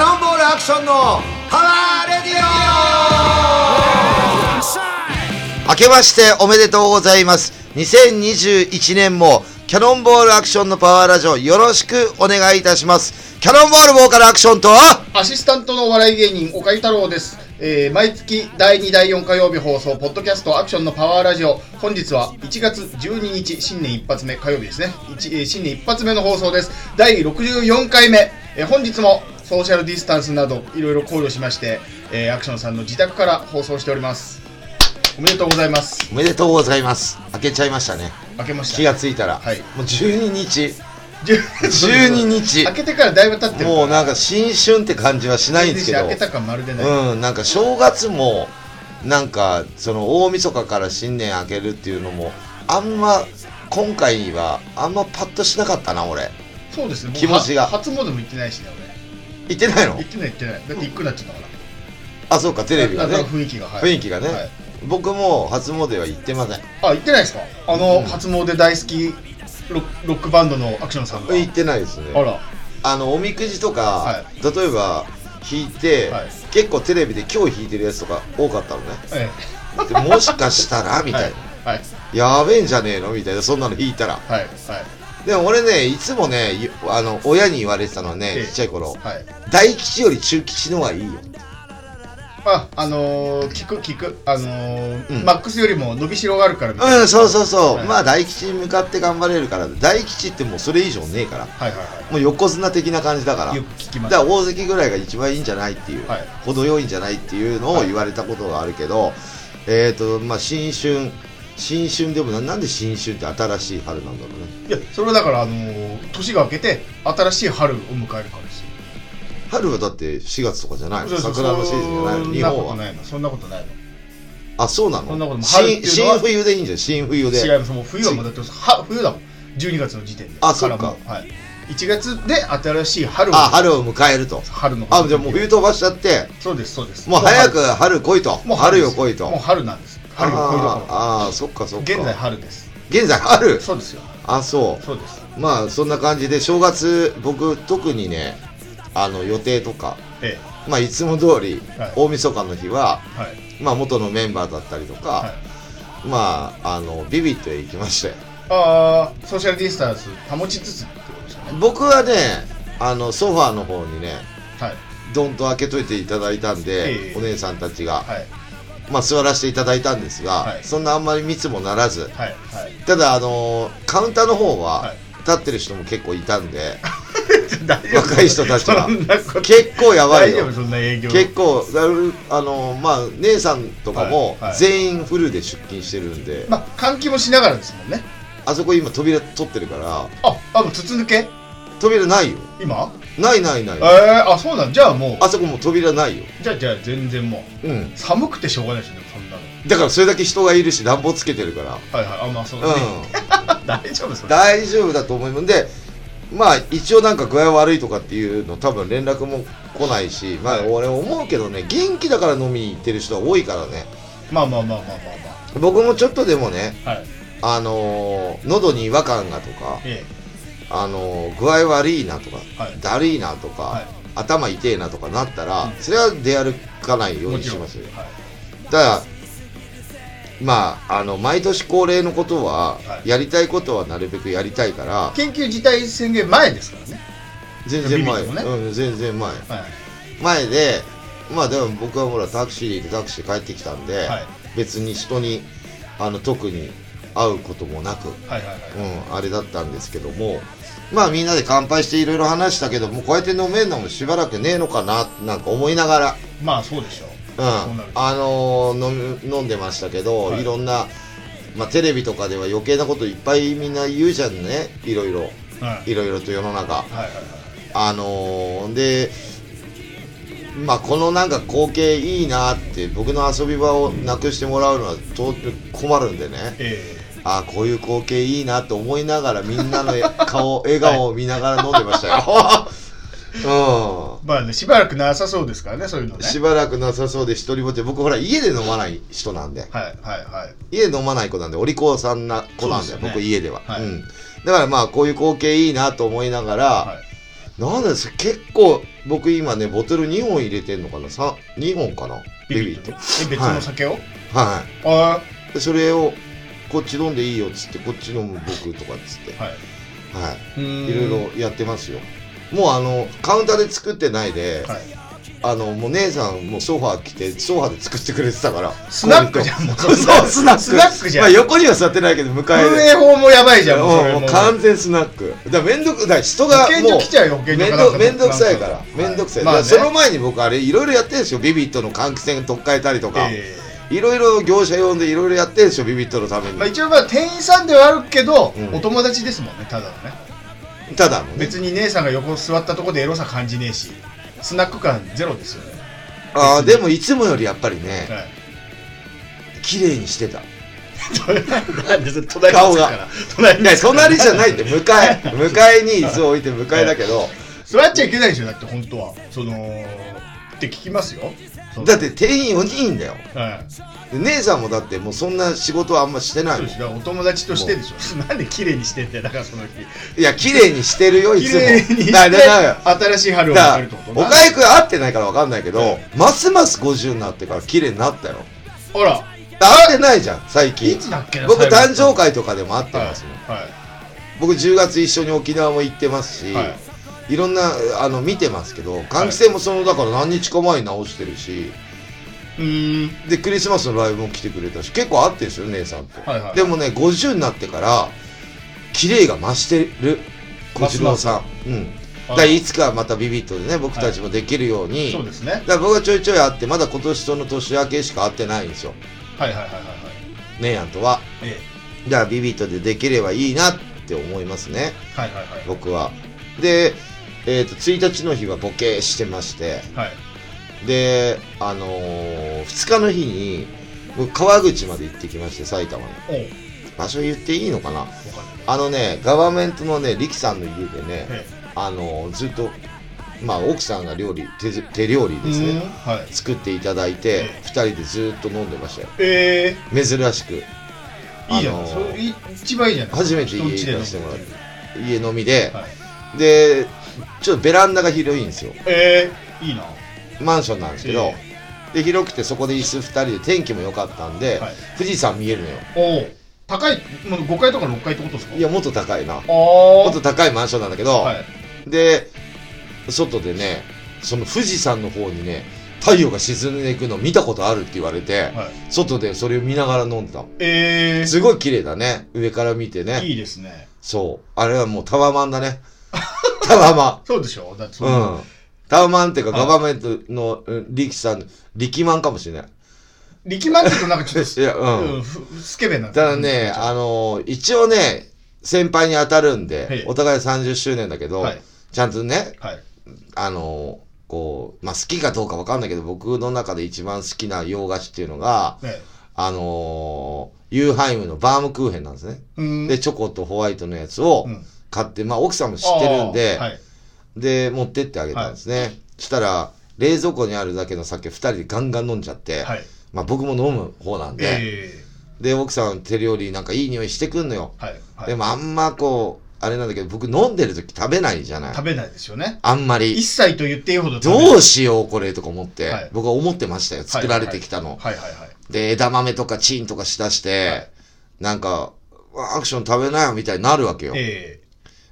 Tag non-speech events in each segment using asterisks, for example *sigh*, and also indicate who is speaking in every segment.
Speaker 1: ションのパワーレディオ明けましておめでとうございます2021年もキャノンボールアクションのパワーラジオよろしくお願いいたしますキャノンボールボーカルアクションと
Speaker 2: アシスタントのお笑い芸人、岡井太郎です。えー毎月第2、第4火曜日放送、ポッドキャストアクションのパワーラジオ。本日は1月12日、新年一発目、火曜日ですね。一えー新年一発目の放送です。第64回目、えー本日もソーシャルディスタンスなどいろいろ考慮しまして、えーアクションさんの自宅から放送しております。おめでとうございます。
Speaker 1: おめでとうございます明けちゃいましたね
Speaker 2: 明けました。
Speaker 1: 気がついたら、
Speaker 2: はい
Speaker 1: もう12日12
Speaker 2: 12
Speaker 1: 日
Speaker 2: 明けてからだいぶ経ってる。
Speaker 1: もうなんか新春って感じはしないんですけど
Speaker 2: 12日明けた感まるでない。
Speaker 1: うん、なんか正月もなんかその大晦日から新年明けるっていうのもあんま今回はあんまパッとしなかったな俺
Speaker 2: そうですね。僕
Speaker 1: 気持ちが
Speaker 2: は初詣も行ってないしね、俺。
Speaker 1: 行ってないの
Speaker 2: 行ってない行ってないだって行くなっちゃったから
Speaker 1: あそうかテレビがね
Speaker 2: なんか雰囲気が、はい、
Speaker 1: 雰囲気がね
Speaker 2: はい
Speaker 1: 僕も初詣は行ってません
Speaker 2: あ行ってないですかあの、
Speaker 1: うん
Speaker 2: 初詣大好きロロックバンドのアクションさんが
Speaker 1: 行ってないです
Speaker 2: あ
Speaker 1: ね
Speaker 2: ら
Speaker 1: あのおみくじとか、
Speaker 2: は
Speaker 1: 例えば引いて、
Speaker 2: はい
Speaker 1: 結構テレビで今日引いてるやつとか多かったのね
Speaker 2: え
Speaker 1: でもしかしたらみ
Speaker 2: え
Speaker 1: たいな、
Speaker 2: はい
Speaker 1: やべえんじゃねえのみたいなそんなの引いたら
Speaker 2: はいはい
Speaker 1: でも俺ねいつもねいあの親に言われてたのはね、
Speaker 2: ええ
Speaker 1: ちっちゃい頃
Speaker 2: はい
Speaker 1: 大吉より中吉の方がいいよ
Speaker 2: ああのー、聞く聞くあのー
Speaker 1: うん
Speaker 2: マックスよりも伸びしろがあるからみたいな、
Speaker 1: うんそうそうそう、
Speaker 2: はい
Speaker 1: まあ大吉に向かって頑張れるから大吉ってもうそれ以上ねえから
Speaker 2: はいはいは
Speaker 1: もう横綱的な感じだから
Speaker 2: いよく聞きま
Speaker 1: だ
Speaker 2: す
Speaker 1: か
Speaker 2: は
Speaker 1: ら大関ぐらいが一番いいんじゃないっていう、
Speaker 2: はい
Speaker 1: 程よいんじゃないっていうのを言われたことがあるけど、えっ、とまあ新春新春でもななんで新春って新しい春なんだろうね
Speaker 2: いいやそれはだからあのー、年が明けて新しい春を迎えるからですよ
Speaker 1: 春はだって4月とかじゃないの
Speaker 2: そうそう
Speaker 1: 桜のシーズンじゃないの日
Speaker 2: そんな
Speaker 1: 本
Speaker 2: こと
Speaker 1: は
Speaker 2: ないのそんなことないの
Speaker 1: あそうなの
Speaker 2: そんなことも春って
Speaker 1: 新
Speaker 2: いうのは
Speaker 1: 新冬でいいんじゃん新冬で
Speaker 2: 違いますもう冬はもうだっては冬だもん12月の時点で
Speaker 1: あそっから
Speaker 2: もうはい、1月で新しい春を
Speaker 1: あ春を迎えると
Speaker 2: 春の
Speaker 1: あじゃあもう冬飛ばしちゃって
Speaker 2: そうですそうです
Speaker 1: もう早く春来いと
Speaker 2: もう
Speaker 1: 春
Speaker 2: です
Speaker 1: よ来いと
Speaker 2: もう春なんです春よ来い
Speaker 1: あ
Speaker 2: ど
Speaker 1: ー
Speaker 2: ころ
Speaker 1: あーそっかそっか
Speaker 2: 現在春です
Speaker 1: 現在春
Speaker 2: そうですよ
Speaker 1: あそ
Speaker 2: そうです
Speaker 1: うまあそんな感じで正月僕特にねあの予定とか
Speaker 2: え
Speaker 1: まあいつも通り
Speaker 2: はい
Speaker 1: 大晦日の日は
Speaker 2: えはい
Speaker 1: まあ元のメンバーだったりとか、
Speaker 2: はい
Speaker 1: まああのビビットへ行きましたよ
Speaker 2: ああソーシャルディスタンス保ちつつってことですよね
Speaker 1: 僕はねあのソファーの方にね
Speaker 2: はい
Speaker 1: どんと開けといていただいたんで、
Speaker 2: ええ
Speaker 1: お姉さんたちが、
Speaker 2: はい
Speaker 1: まあ座らせていただいたんですが、
Speaker 2: はい
Speaker 1: そんなあんまり密もならず
Speaker 2: はい
Speaker 1: *laughs*
Speaker 2: はい
Speaker 1: ただあのーカウンターの方は、
Speaker 2: はい
Speaker 1: 立ってる人も結構いたんで
Speaker 2: 大丈夫
Speaker 1: 若い人たちが
Speaker 2: そんなこと
Speaker 1: 結構やば
Speaker 2: 大
Speaker 1: い
Speaker 2: 丈夫
Speaker 1: よ
Speaker 2: そんな営業
Speaker 1: 結構だいぶあのーまあ姉さんとかも
Speaker 2: はいはい
Speaker 1: 全員フルで出勤してるんで、
Speaker 2: まあ換気もしながらですもんね
Speaker 1: あそこ今扉取ってるから
Speaker 2: ああもう筒抜け
Speaker 1: 扉ないよ
Speaker 2: 今
Speaker 1: ないないない
Speaker 2: ええあそうなんじゃあもう
Speaker 1: あそこもう扉ないよ
Speaker 2: じゃあじゃあ全然も
Speaker 1: うん
Speaker 2: う寒くてしょうがないですよねそんなの
Speaker 1: だからそれだけ人がいるし暖房つけてるから
Speaker 2: はいはいあまあそううね、
Speaker 1: ん
Speaker 2: *laughs* 大丈夫それ
Speaker 1: 大丈夫だと思うんでまあ一応なんか具合悪いとかっていうの多分連絡も来ないしまあ
Speaker 2: はい
Speaker 1: 俺思うけどね元気だから飲みに行ってる人は多いからね
Speaker 2: まあまあまあまあま
Speaker 1: 僕もちょっとでもね
Speaker 2: あまあはい
Speaker 1: あのー喉に違和感がとか
Speaker 2: え
Speaker 1: あのー具合悪いなとか、
Speaker 2: はい
Speaker 1: だるいなとか、
Speaker 2: はい
Speaker 1: 頭痛えなとかなったら、
Speaker 2: うん
Speaker 1: それは出歩かない
Speaker 2: え
Speaker 1: よう
Speaker 2: も
Speaker 1: に
Speaker 2: ち
Speaker 1: し
Speaker 2: ろん
Speaker 1: ますよ
Speaker 2: はい
Speaker 1: ただまああの毎年恒例のことは、
Speaker 2: はい
Speaker 1: やりたいことはなるべくやりたいから
Speaker 2: 緊急事態宣言前ですからね
Speaker 1: 全然前、
Speaker 2: ビビッと
Speaker 1: うん全然前
Speaker 2: はい
Speaker 1: 前でまあでも僕はほらタクシーで行ってタクシーで帰ってきたんで、
Speaker 2: はい
Speaker 1: 別に人にあの特に会うこともなく、
Speaker 2: はいはいは
Speaker 1: う
Speaker 2: い
Speaker 1: ん、あれだったんですけどもまあみんなで乾杯していろいろ話したけどもうこうやって飲めるのもしばらくねえのかなってなんか思いなが
Speaker 2: まあそうでしょう
Speaker 1: ら、う
Speaker 2: そうんなる、
Speaker 1: あのー飲み飲んでましたけど、
Speaker 2: はい
Speaker 1: い、ろんな、まあ、テレビとかでは余計なこといっぱいみんな言うじゃんねいろいろ
Speaker 2: はい
Speaker 1: いろいろと世の中。
Speaker 2: はいはいはい
Speaker 1: あのーで、まあ、このなんか光景いいなって僕の遊び場をなくしてもらうのはと困るんでね
Speaker 2: え
Speaker 1: ああこういう光景いいなと思いながらみんなの顔笑顔を見ながら飲んでましたよ、
Speaker 2: えまあねしばらくなさそうですからねそういうの
Speaker 1: *laughs* うん、
Speaker 2: ね
Speaker 1: しばらくなさそうで一人ぼっち僕ほら家で飲まない人なんで
Speaker 2: はいはいはい
Speaker 1: 家で飲まない子なんでお利口さんな子なんだよ、
Speaker 2: そうですよね
Speaker 1: 僕家では、
Speaker 2: はい
Speaker 1: うん、だからまあこういう光景いいなと思いながら、
Speaker 2: はい
Speaker 1: なんです結構僕今ねボトル2本入れてんのかなさ2本かなビビって
Speaker 2: え別の酒を、
Speaker 1: は
Speaker 2: あ
Speaker 1: いでそれをこっち飲んでいいよっつってこっち飲む僕とかっつって
Speaker 2: はい
Speaker 1: は
Speaker 2: あい
Speaker 1: いいろいろやってますよもうあのカウンターで作ってないで、
Speaker 2: はい
Speaker 1: あのもう姉さんもうソファー来てソファーで作ってくれてたから
Speaker 2: スナックじゃんもう
Speaker 1: こういうの *laughs* そうスナック
Speaker 2: スナックじゃん
Speaker 1: まあ、横には座ってないけど向かい
Speaker 2: 運
Speaker 1: で
Speaker 2: 営法もやばいじゃんもうそ
Speaker 1: も
Speaker 2: れ
Speaker 1: う
Speaker 2: も
Speaker 1: もう完全スナックだからめんどくだから人が
Speaker 2: 保健
Speaker 1: も
Speaker 2: 所
Speaker 1: う
Speaker 2: 来ちゃうよ保健所
Speaker 1: めん
Speaker 2: かなん
Speaker 1: ど
Speaker 2: か
Speaker 1: めんどくさいから
Speaker 2: は
Speaker 1: めんどくさい、
Speaker 2: まあね
Speaker 1: だからその前に僕あれいろいろやってるんですよビビットの換気扇取っ替えたりとか
Speaker 2: ええ
Speaker 1: いろいろ業者呼んでいろいろやってるんですよビビットのために、
Speaker 2: まあ、一応まあ店員さんではあるけど、
Speaker 1: うん
Speaker 2: お友達ですもんねただのね
Speaker 1: ただのね
Speaker 2: 別に姉さんが横座ったとこでエロさ感じねえしスナック感ゼロですよね、
Speaker 1: ああでもいつもよりやっぱりね
Speaker 2: はい
Speaker 1: 綺麗にしてた
Speaker 2: *laughs* なんでそれ隣につくから隣
Speaker 1: い
Speaker 2: に
Speaker 1: や隣じゃないって
Speaker 2: *laughs*
Speaker 1: 向かい向かいに椅子を置いて向かいだけど
Speaker 2: 座っちゃいけないでしょだって本当はそのって聞きますよその
Speaker 1: だって店員4人だよ
Speaker 2: はいそ
Speaker 1: で姉さんもだってもうそんな仕事はあんましてないうも
Speaker 2: で
Speaker 1: ん
Speaker 2: すよお友達としてでしょなんで綺麗にしてんだよだからその日
Speaker 1: いや綺麗にしてるよい
Speaker 2: 綺
Speaker 1: つも
Speaker 2: 麗にして
Speaker 1: だからだから
Speaker 2: 新しい春を
Speaker 1: だから
Speaker 2: 迎えるってこと
Speaker 1: お
Speaker 2: な
Speaker 1: かゆくん会ってないから分かんないけど、
Speaker 2: うん
Speaker 1: ますます50になってから綺麗になったよ
Speaker 2: ほら
Speaker 1: 会ってないじゃん最
Speaker 2: い
Speaker 1: 近
Speaker 2: つだっけな
Speaker 1: 僕誕生
Speaker 2: 会
Speaker 1: 会とかでも会って
Speaker 2: はい
Speaker 1: ますもん、
Speaker 2: は
Speaker 1: 僕10月一緒に沖縄も行ってますし、、
Speaker 2: いはい
Speaker 1: ろんなあの見てますけど換気扇もそのだから何日か前に直してるし
Speaker 2: いうーん
Speaker 1: でクリスマスのライブも来てくれたし結構会ってるんですよ姉さんと、
Speaker 2: はいはい
Speaker 1: でもね50になってから綺麗が増してる小次郎さんうん
Speaker 2: あ
Speaker 1: だからいつかまたビビットでね僕たちもできるように、
Speaker 2: そうですね
Speaker 1: だから僕はちょいちょい会ってまだ今年との年明けしか会ってないんですよ
Speaker 2: はいはいはいはいはい
Speaker 1: 姉やんとは
Speaker 2: え
Speaker 1: だからビビットでできればいいなって思いますね
Speaker 2: えはいはいはい
Speaker 1: 僕はで、えー、と1日の日はボケしてまして
Speaker 2: はい
Speaker 1: であのー、2日の日に僕川口まで行ってきまして埼玉の
Speaker 2: おう
Speaker 1: 場所言っていいのかな
Speaker 2: わかんない
Speaker 1: あのねガバメントのね力さんの家でね
Speaker 2: え
Speaker 1: あのー、ずっとまあ奥さんが料理手ず手料理
Speaker 2: えう
Speaker 1: です
Speaker 2: ーん
Speaker 1: ね
Speaker 2: はい
Speaker 1: 作っていただいて
Speaker 2: ええ
Speaker 1: 2人でずっと飲んでましたよ
Speaker 2: ええ
Speaker 1: 珍しく
Speaker 2: いいじゃん、
Speaker 1: あのー
Speaker 2: それい一番いいじゃん
Speaker 1: 初めて家
Speaker 2: 人んち
Speaker 1: 行
Speaker 2: で飲
Speaker 1: か
Speaker 2: む
Speaker 1: せてもらって家飲みで、
Speaker 2: はい
Speaker 1: でちょっとベランダが広いんですよ
Speaker 2: ええいいなは
Speaker 1: マンションなんですけど
Speaker 2: え、
Speaker 1: で広くてそこで椅子2人で天気も良かったんで、
Speaker 2: い
Speaker 1: 富士山見えるのよ
Speaker 2: おう高いもう5階とか6階ってことですか
Speaker 1: いやもっと高いな
Speaker 2: あ
Speaker 1: もっ
Speaker 2: ー
Speaker 1: と高いマンションなんだけど、
Speaker 2: はい
Speaker 1: で外でねその富士山の方にね太陽が沈んでいくの見たことあるって言われて、
Speaker 2: はい
Speaker 1: 外でそれを見ながら飲んでたの
Speaker 2: え
Speaker 1: すごい綺麗だね上から見て
Speaker 2: え
Speaker 1: ね
Speaker 2: いいですね
Speaker 1: そうあれはもうタワマンだね *laughs* タワマン
Speaker 2: そうでしょだってそ
Speaker 1: う
Speaker 2: の
Speaker 1: ん。タワマンっていうか、
Speaker 2: は
Speaker 1: ガ
Speaker 2: い
Speaker 1: バメントのうん力さん、力マンかもしれない。
Speaker 2: 力まんってとなんかちょっ
Speaker 1: いや、
Speaker 2: と、
Speaker 1: う。
Speaker 2: うんん、ふスケベなん
Speaker 1: ただね、あのー、一応ね、先輩に当たるん
Speaker 2: はい
Speaker 1: で、お互い30周年だけど、
Speaker 2: はい
Speaker 1: ちゃんとね、
Speaker 2: はい
Speaker 1: あのー、こう、まあ、好きかどうかわかんないけど、僕の中で一番好きな洋菓子っていうのが、
Speaker 2: ね
Speaker 1: あのー、ユーハイムのバームクーヘンなんですね。
Speaker 2: うーん
Speaker 1: で、チョコとホワイトのやつを
Speaker 2: うん
Speaker 1: 買って、まあ、奥さんも知ってるんで、
Speaker 2: あーはい
Speaker 1: で持ってってあげたんですね、したら冷蔵庫にあるだけの酒2人でガンガン飲んじゃって、
Speaker 2: はい
Speaker 1: まあ、僕も飲む方なんで、
Speaker 2: え
Speaker 1: で奥さん手料理なんかいい匂いしてくんのよ、
Speaker 2: えはいはい
Speaker 1: でもあんまこうあれなんだけど僕飲んでる時食べないじゃない
Speaker 2: 食べないですよね
Speaker 1: あんま
Speaker 2: 一
Speaker 1: り
Speaker 2: 切と言っていいほど食べない
Speaker 1: どうしようこれとか思って、
Speaker 2: はい
Speaker 1: 僕は思ってましたよ作られてきたの、
Speaker 2: はいはいはい
Speaker 1: で枝豆とかチンとかしだして、
Speaker 2: はい
Speaker 1: なんかアクション食べなよみたいになるわけよ、
Speaker 2: え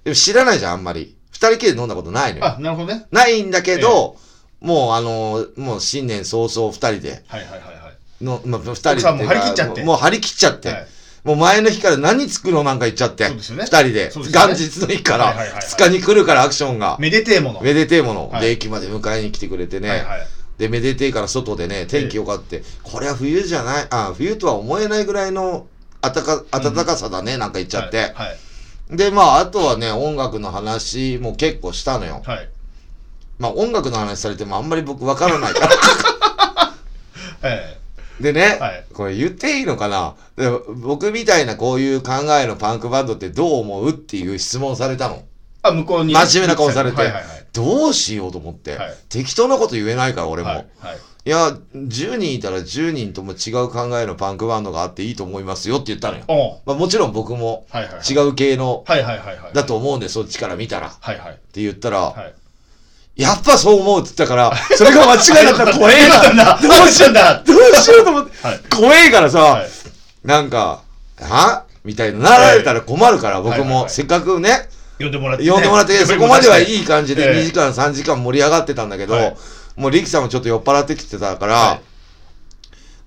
Speaker 1: でも知らないじゃんあんまり2人きりで飲んだことないの
Speaker 2: え
Speaker 1: よ
Speaker 2: あなるほどね
Speaker 1: ないんだけど、もうあのーもう新年早々二人で、
Speaker 2: はいはいはいはい
Speaker 1: の、まあ、二人で。
Speaker 2: 奥さんも張り切っちゃって
Speaker 1: もうもう張り切っちゃって。
Speaker 2: はい
Speaker 1: もう前の日から何作ろうなんか言っちゃって。
Speaker 2: そうですよね
Speaker 1: 二人で。
Speaker 2: そうですよね
Speaker 1: 元日の日から、
Speaker 2: はいはいはいはい
Speaker 1: 二日に来るからアクションが。
Speaker 2: めでてえもの
Speaker 1: めでてえもの、
Speaker 2: はい
Speaker 1: で、駅まで迎えに来てくれてね。
Speaker 2: はいはい
Speaker 1: で、めでてえから外でね、天気良かって、これは冬じゃない、あ、冬とは思えないぐらいの暖か、暖かさだね、なんか言っちゃって。
Speaker 2: はいはい
Speaker 1: で、まあ、あとはね、音楽の話も結構したのよ。
Speaker 2: はい
Speaker 1: まあ、音楽の話されてもあんまり僕わからないから。
Speaker 2: え
Speaker 1: でね、
Speaker 2: はい
Speaker 1: これ言っていいのかなで僕みたいなこういう考えのパンクバンドってどう思うっていう質問されたの。
Speaker 2: えあ向こうに
Speaker 1: 真面目な顔されて
Speaker 2: はいはいはい
Speaker 1: どうしようと思って、
Speaker 2: はい
Speaker 1: 適当なこと言えないから俺も。
Speaker 2: はいはい
Speaker 1: いや、10人いたら10人とも違う考えのパンクバンドがあっていいと思いますよって言ったのよ。
Speaker 2: おう
Speaker 1: まあもちろん僕も
Speaker 2: はいはいはい。
Speaker 1: 違う系の
Speaker 2: はいはいはいはい。
Speaker 1: だと思うんで、そっちから見たら。っ
Speaker 2: はいはい。
Speaker 1: て言ったら、
Speaker 2: はい。
Speaker 1: やっぱそう思うって言ったから、それが間違いだったら怖え
Speaker 2: *laughs* なん
Speaker 1: な。
Speaker 2: だどうしたんだ
Speaker 1: どうしようと思って
Speaker 2: はい。
Speaker 1: 怖えから
Speaker 2: は
Speaker 1: さ
Speaker 2: い、。
Speaker 1: なんか、はみたいな、なられたら困るから、僕
Speaker 2: はいはいは
Speaker 1: も
Speaker 2: い
Speaker 1: せっかくね、
Speaker 2: 呼んでもらってね。
Speaker 1: 呼んでもらって、そこまではいい感じで
Speaker 2: ええ
Speaker 1: 2時間3時間盛り上がってたんだけど
Speaker 2: はい、
Speaker 1: もう力さんもちょっと酔っ払ってきてたから
Speaker 2: は、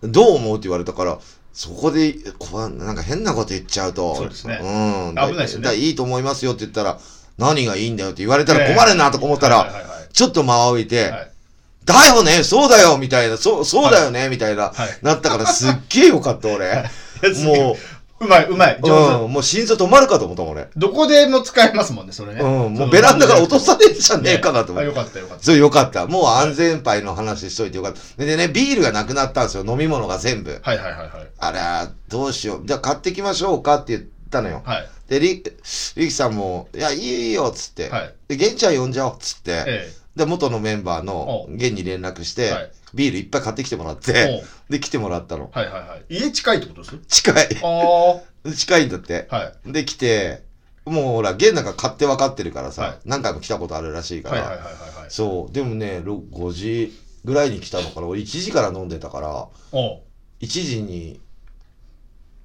Speaker 1: どう思うって言われたから、そこで、こうなんか変なこと言っちゃうと、
Speaker 2: そうですね
Speaker 1: うん。
Speaker 2: 危ないですよね
Speaker 1: だだいいと思いますよって言ったら、何がいいんだよって言われたら困るなとか思った
Speaker 2: はい
Speaker 1: ら、
Speaker 2: はいはい
Speaker 1: ちょっと間を置いて、
Speaker 2: はい。
Speaker 1: だよねそうだよみたいな、そう、そうだよねみたいな、
Speaker 2: はい
Speaker 1: なったからすっげえよかった
Speaker 2: *laughs*
Speaker 1: 俺。も
Speaker 2: う。うまいうまい。上手。
Speaker 1: うん、もう心臓止まるかと思ったもん俺。
Speaker 2: どこでも使えますもんね、それね。
Speaker 1: うん、もうベランダから落とされるんじゃねえかなと思
Speaker 2: あ
Speaker 1: って。
Speaker 2: よかったよかった。
Speaker 1: それよかった。もう安全牌の話しといてよかった。でね、ビールがなくなったんですよ。飲み物が全部。
Speaker 2: はいはいはいはい。
Speaker 1: あら、どうしよう。じゃあ買ってきましょうかって言ったのよ。
Speaker 2: はい。
Speaker 1: で、り、りきさんも、いや、いいよいいよ、つって。
Speaker 2: はい
Speaker 1: で、ゲンちゃん呼んじゃおう、つって。
Speaker 2: え
Speaker 1: で、元のメンバーの
Speaker 2: お
Speaker 1: ゲンに連絡して、
Speaker 2: はい
Speaker 1: ビールいっぱい買ってきてもらっ
Speaker 2: え。
Speaker 1: て、
Speaker 2: もう
Speaker 1: で、来てもらったの。
Speaker 2: はいはいはい。家近いってことです
Speaker 1: 近い。
Speaker 2: ああ。は
Speaker 1: 近いんだって。
Speaker 2: い。
Speaker 1: で、来て、もうほら、ゲンなんか買って分かってるからさ、
Speaker 2: はい
Speaker 1: 何回も来たことあるらしいか
Speaker 2: はいはい
Speaker 1: ら、
Speaker 2: はいはいはい。
Speaker 1: そう、でもね、ろ5時ぐらいに来たのかな。俺1時から飲んでたから、
Speaker 2: お
Speaker 1: 1時に、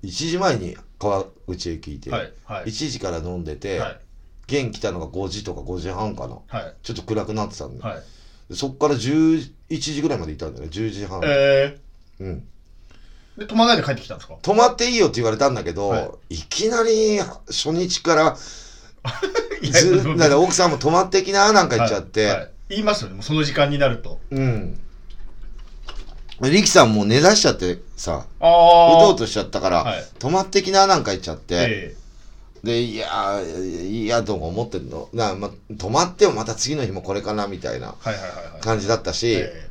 Speaker 1: 1時前に川口へ聞いて、
Speaker 2: はいはい。
Speaker 1: 1時から飲んでて、
Speaker 2: はい
Speaker 1: 現来たのが5時とか5時半かな。
Speaker 2: はい
Speaker 1: ちょっと暗くなってたんで、
Speaker 2: はい。
Speaker 1: そっから11時ぐらいまでいたんだよね、10時半。
Speaker 2: え
Speaker 1: うん。
Speaker 2: ー、で、泊まらないで帰ってきたんですか
Speaker 1: 泊まっていいよって言われたんだけど、、
Speaker 2: はい
Speaker 1: きなり初日から、
Speaker 2: いや
Speaker 1: ずだから奥さんも泊まってきななんか言っちゃって、
Speaker 2: はいはい言いますよね、もうその時間になると。
Speaker 1: うん。リキさんもう寝だしちゃってさ、
Speaker 2: あ
Speaker 1: う
Speaker 2: あ。
Speaker 1: とうとしちゃったから、
Speaker 2: はい
Speaker 1: 泊まってきななんか言っちゃって、
Speaker 2: え
Speaker 1: で、いやー、いや、とも思ってんの。なま、泊まってもまた次の日もこれかなみたいな
Speaker 2: えはいはいはいはい。
Speaker 1: 感じだったし、
Speaker 2: え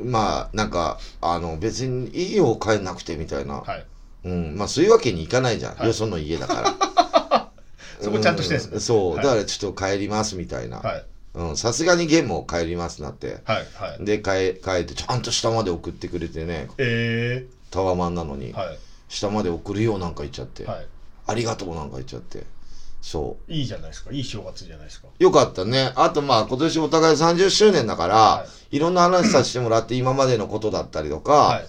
Speaker 1: まあ、なんか、あの、別にいいよ、帰んなくてみたいな。
Speaker 2: えはい。
Speaker 1: うん、まあ、そういうわけにいかないじゃん。
Speaker 2: はい
Speaker 1: よその家だから。
Speaker 2: *laughs* そこちゃんとしてんですね
Speaker 1: うそう、
Speaker 2: はい
Speaker 1: だからちょっと帰りますみたいな。
Speaker 2: はい
Speaker 1: うん、さすがにゲームを帰りますなって。
Speaker 2: はいはい。
Speaker 1: で、帰、帰って、ちゃんと下まで送ってくれてね、
Speaker 2: え
Speaker 1: タワマンなのに、
Speaker 2: えは
Speaker 1: 下まで送るよなんか言っちゃって、
Speaker 2: いはい。
Speaker 1: ありがとうなんか言っちゃって。そ
Speaker 2: いいじゃないですか。いい正月じゃないですか。
Speaker 1: う。よかったね。あとまあ今年お互い30周年だから、、
Speaker 2: はい
Speaker 1: ろんな話させてもらって今までのことだったりとか、
Speaker 2: はい。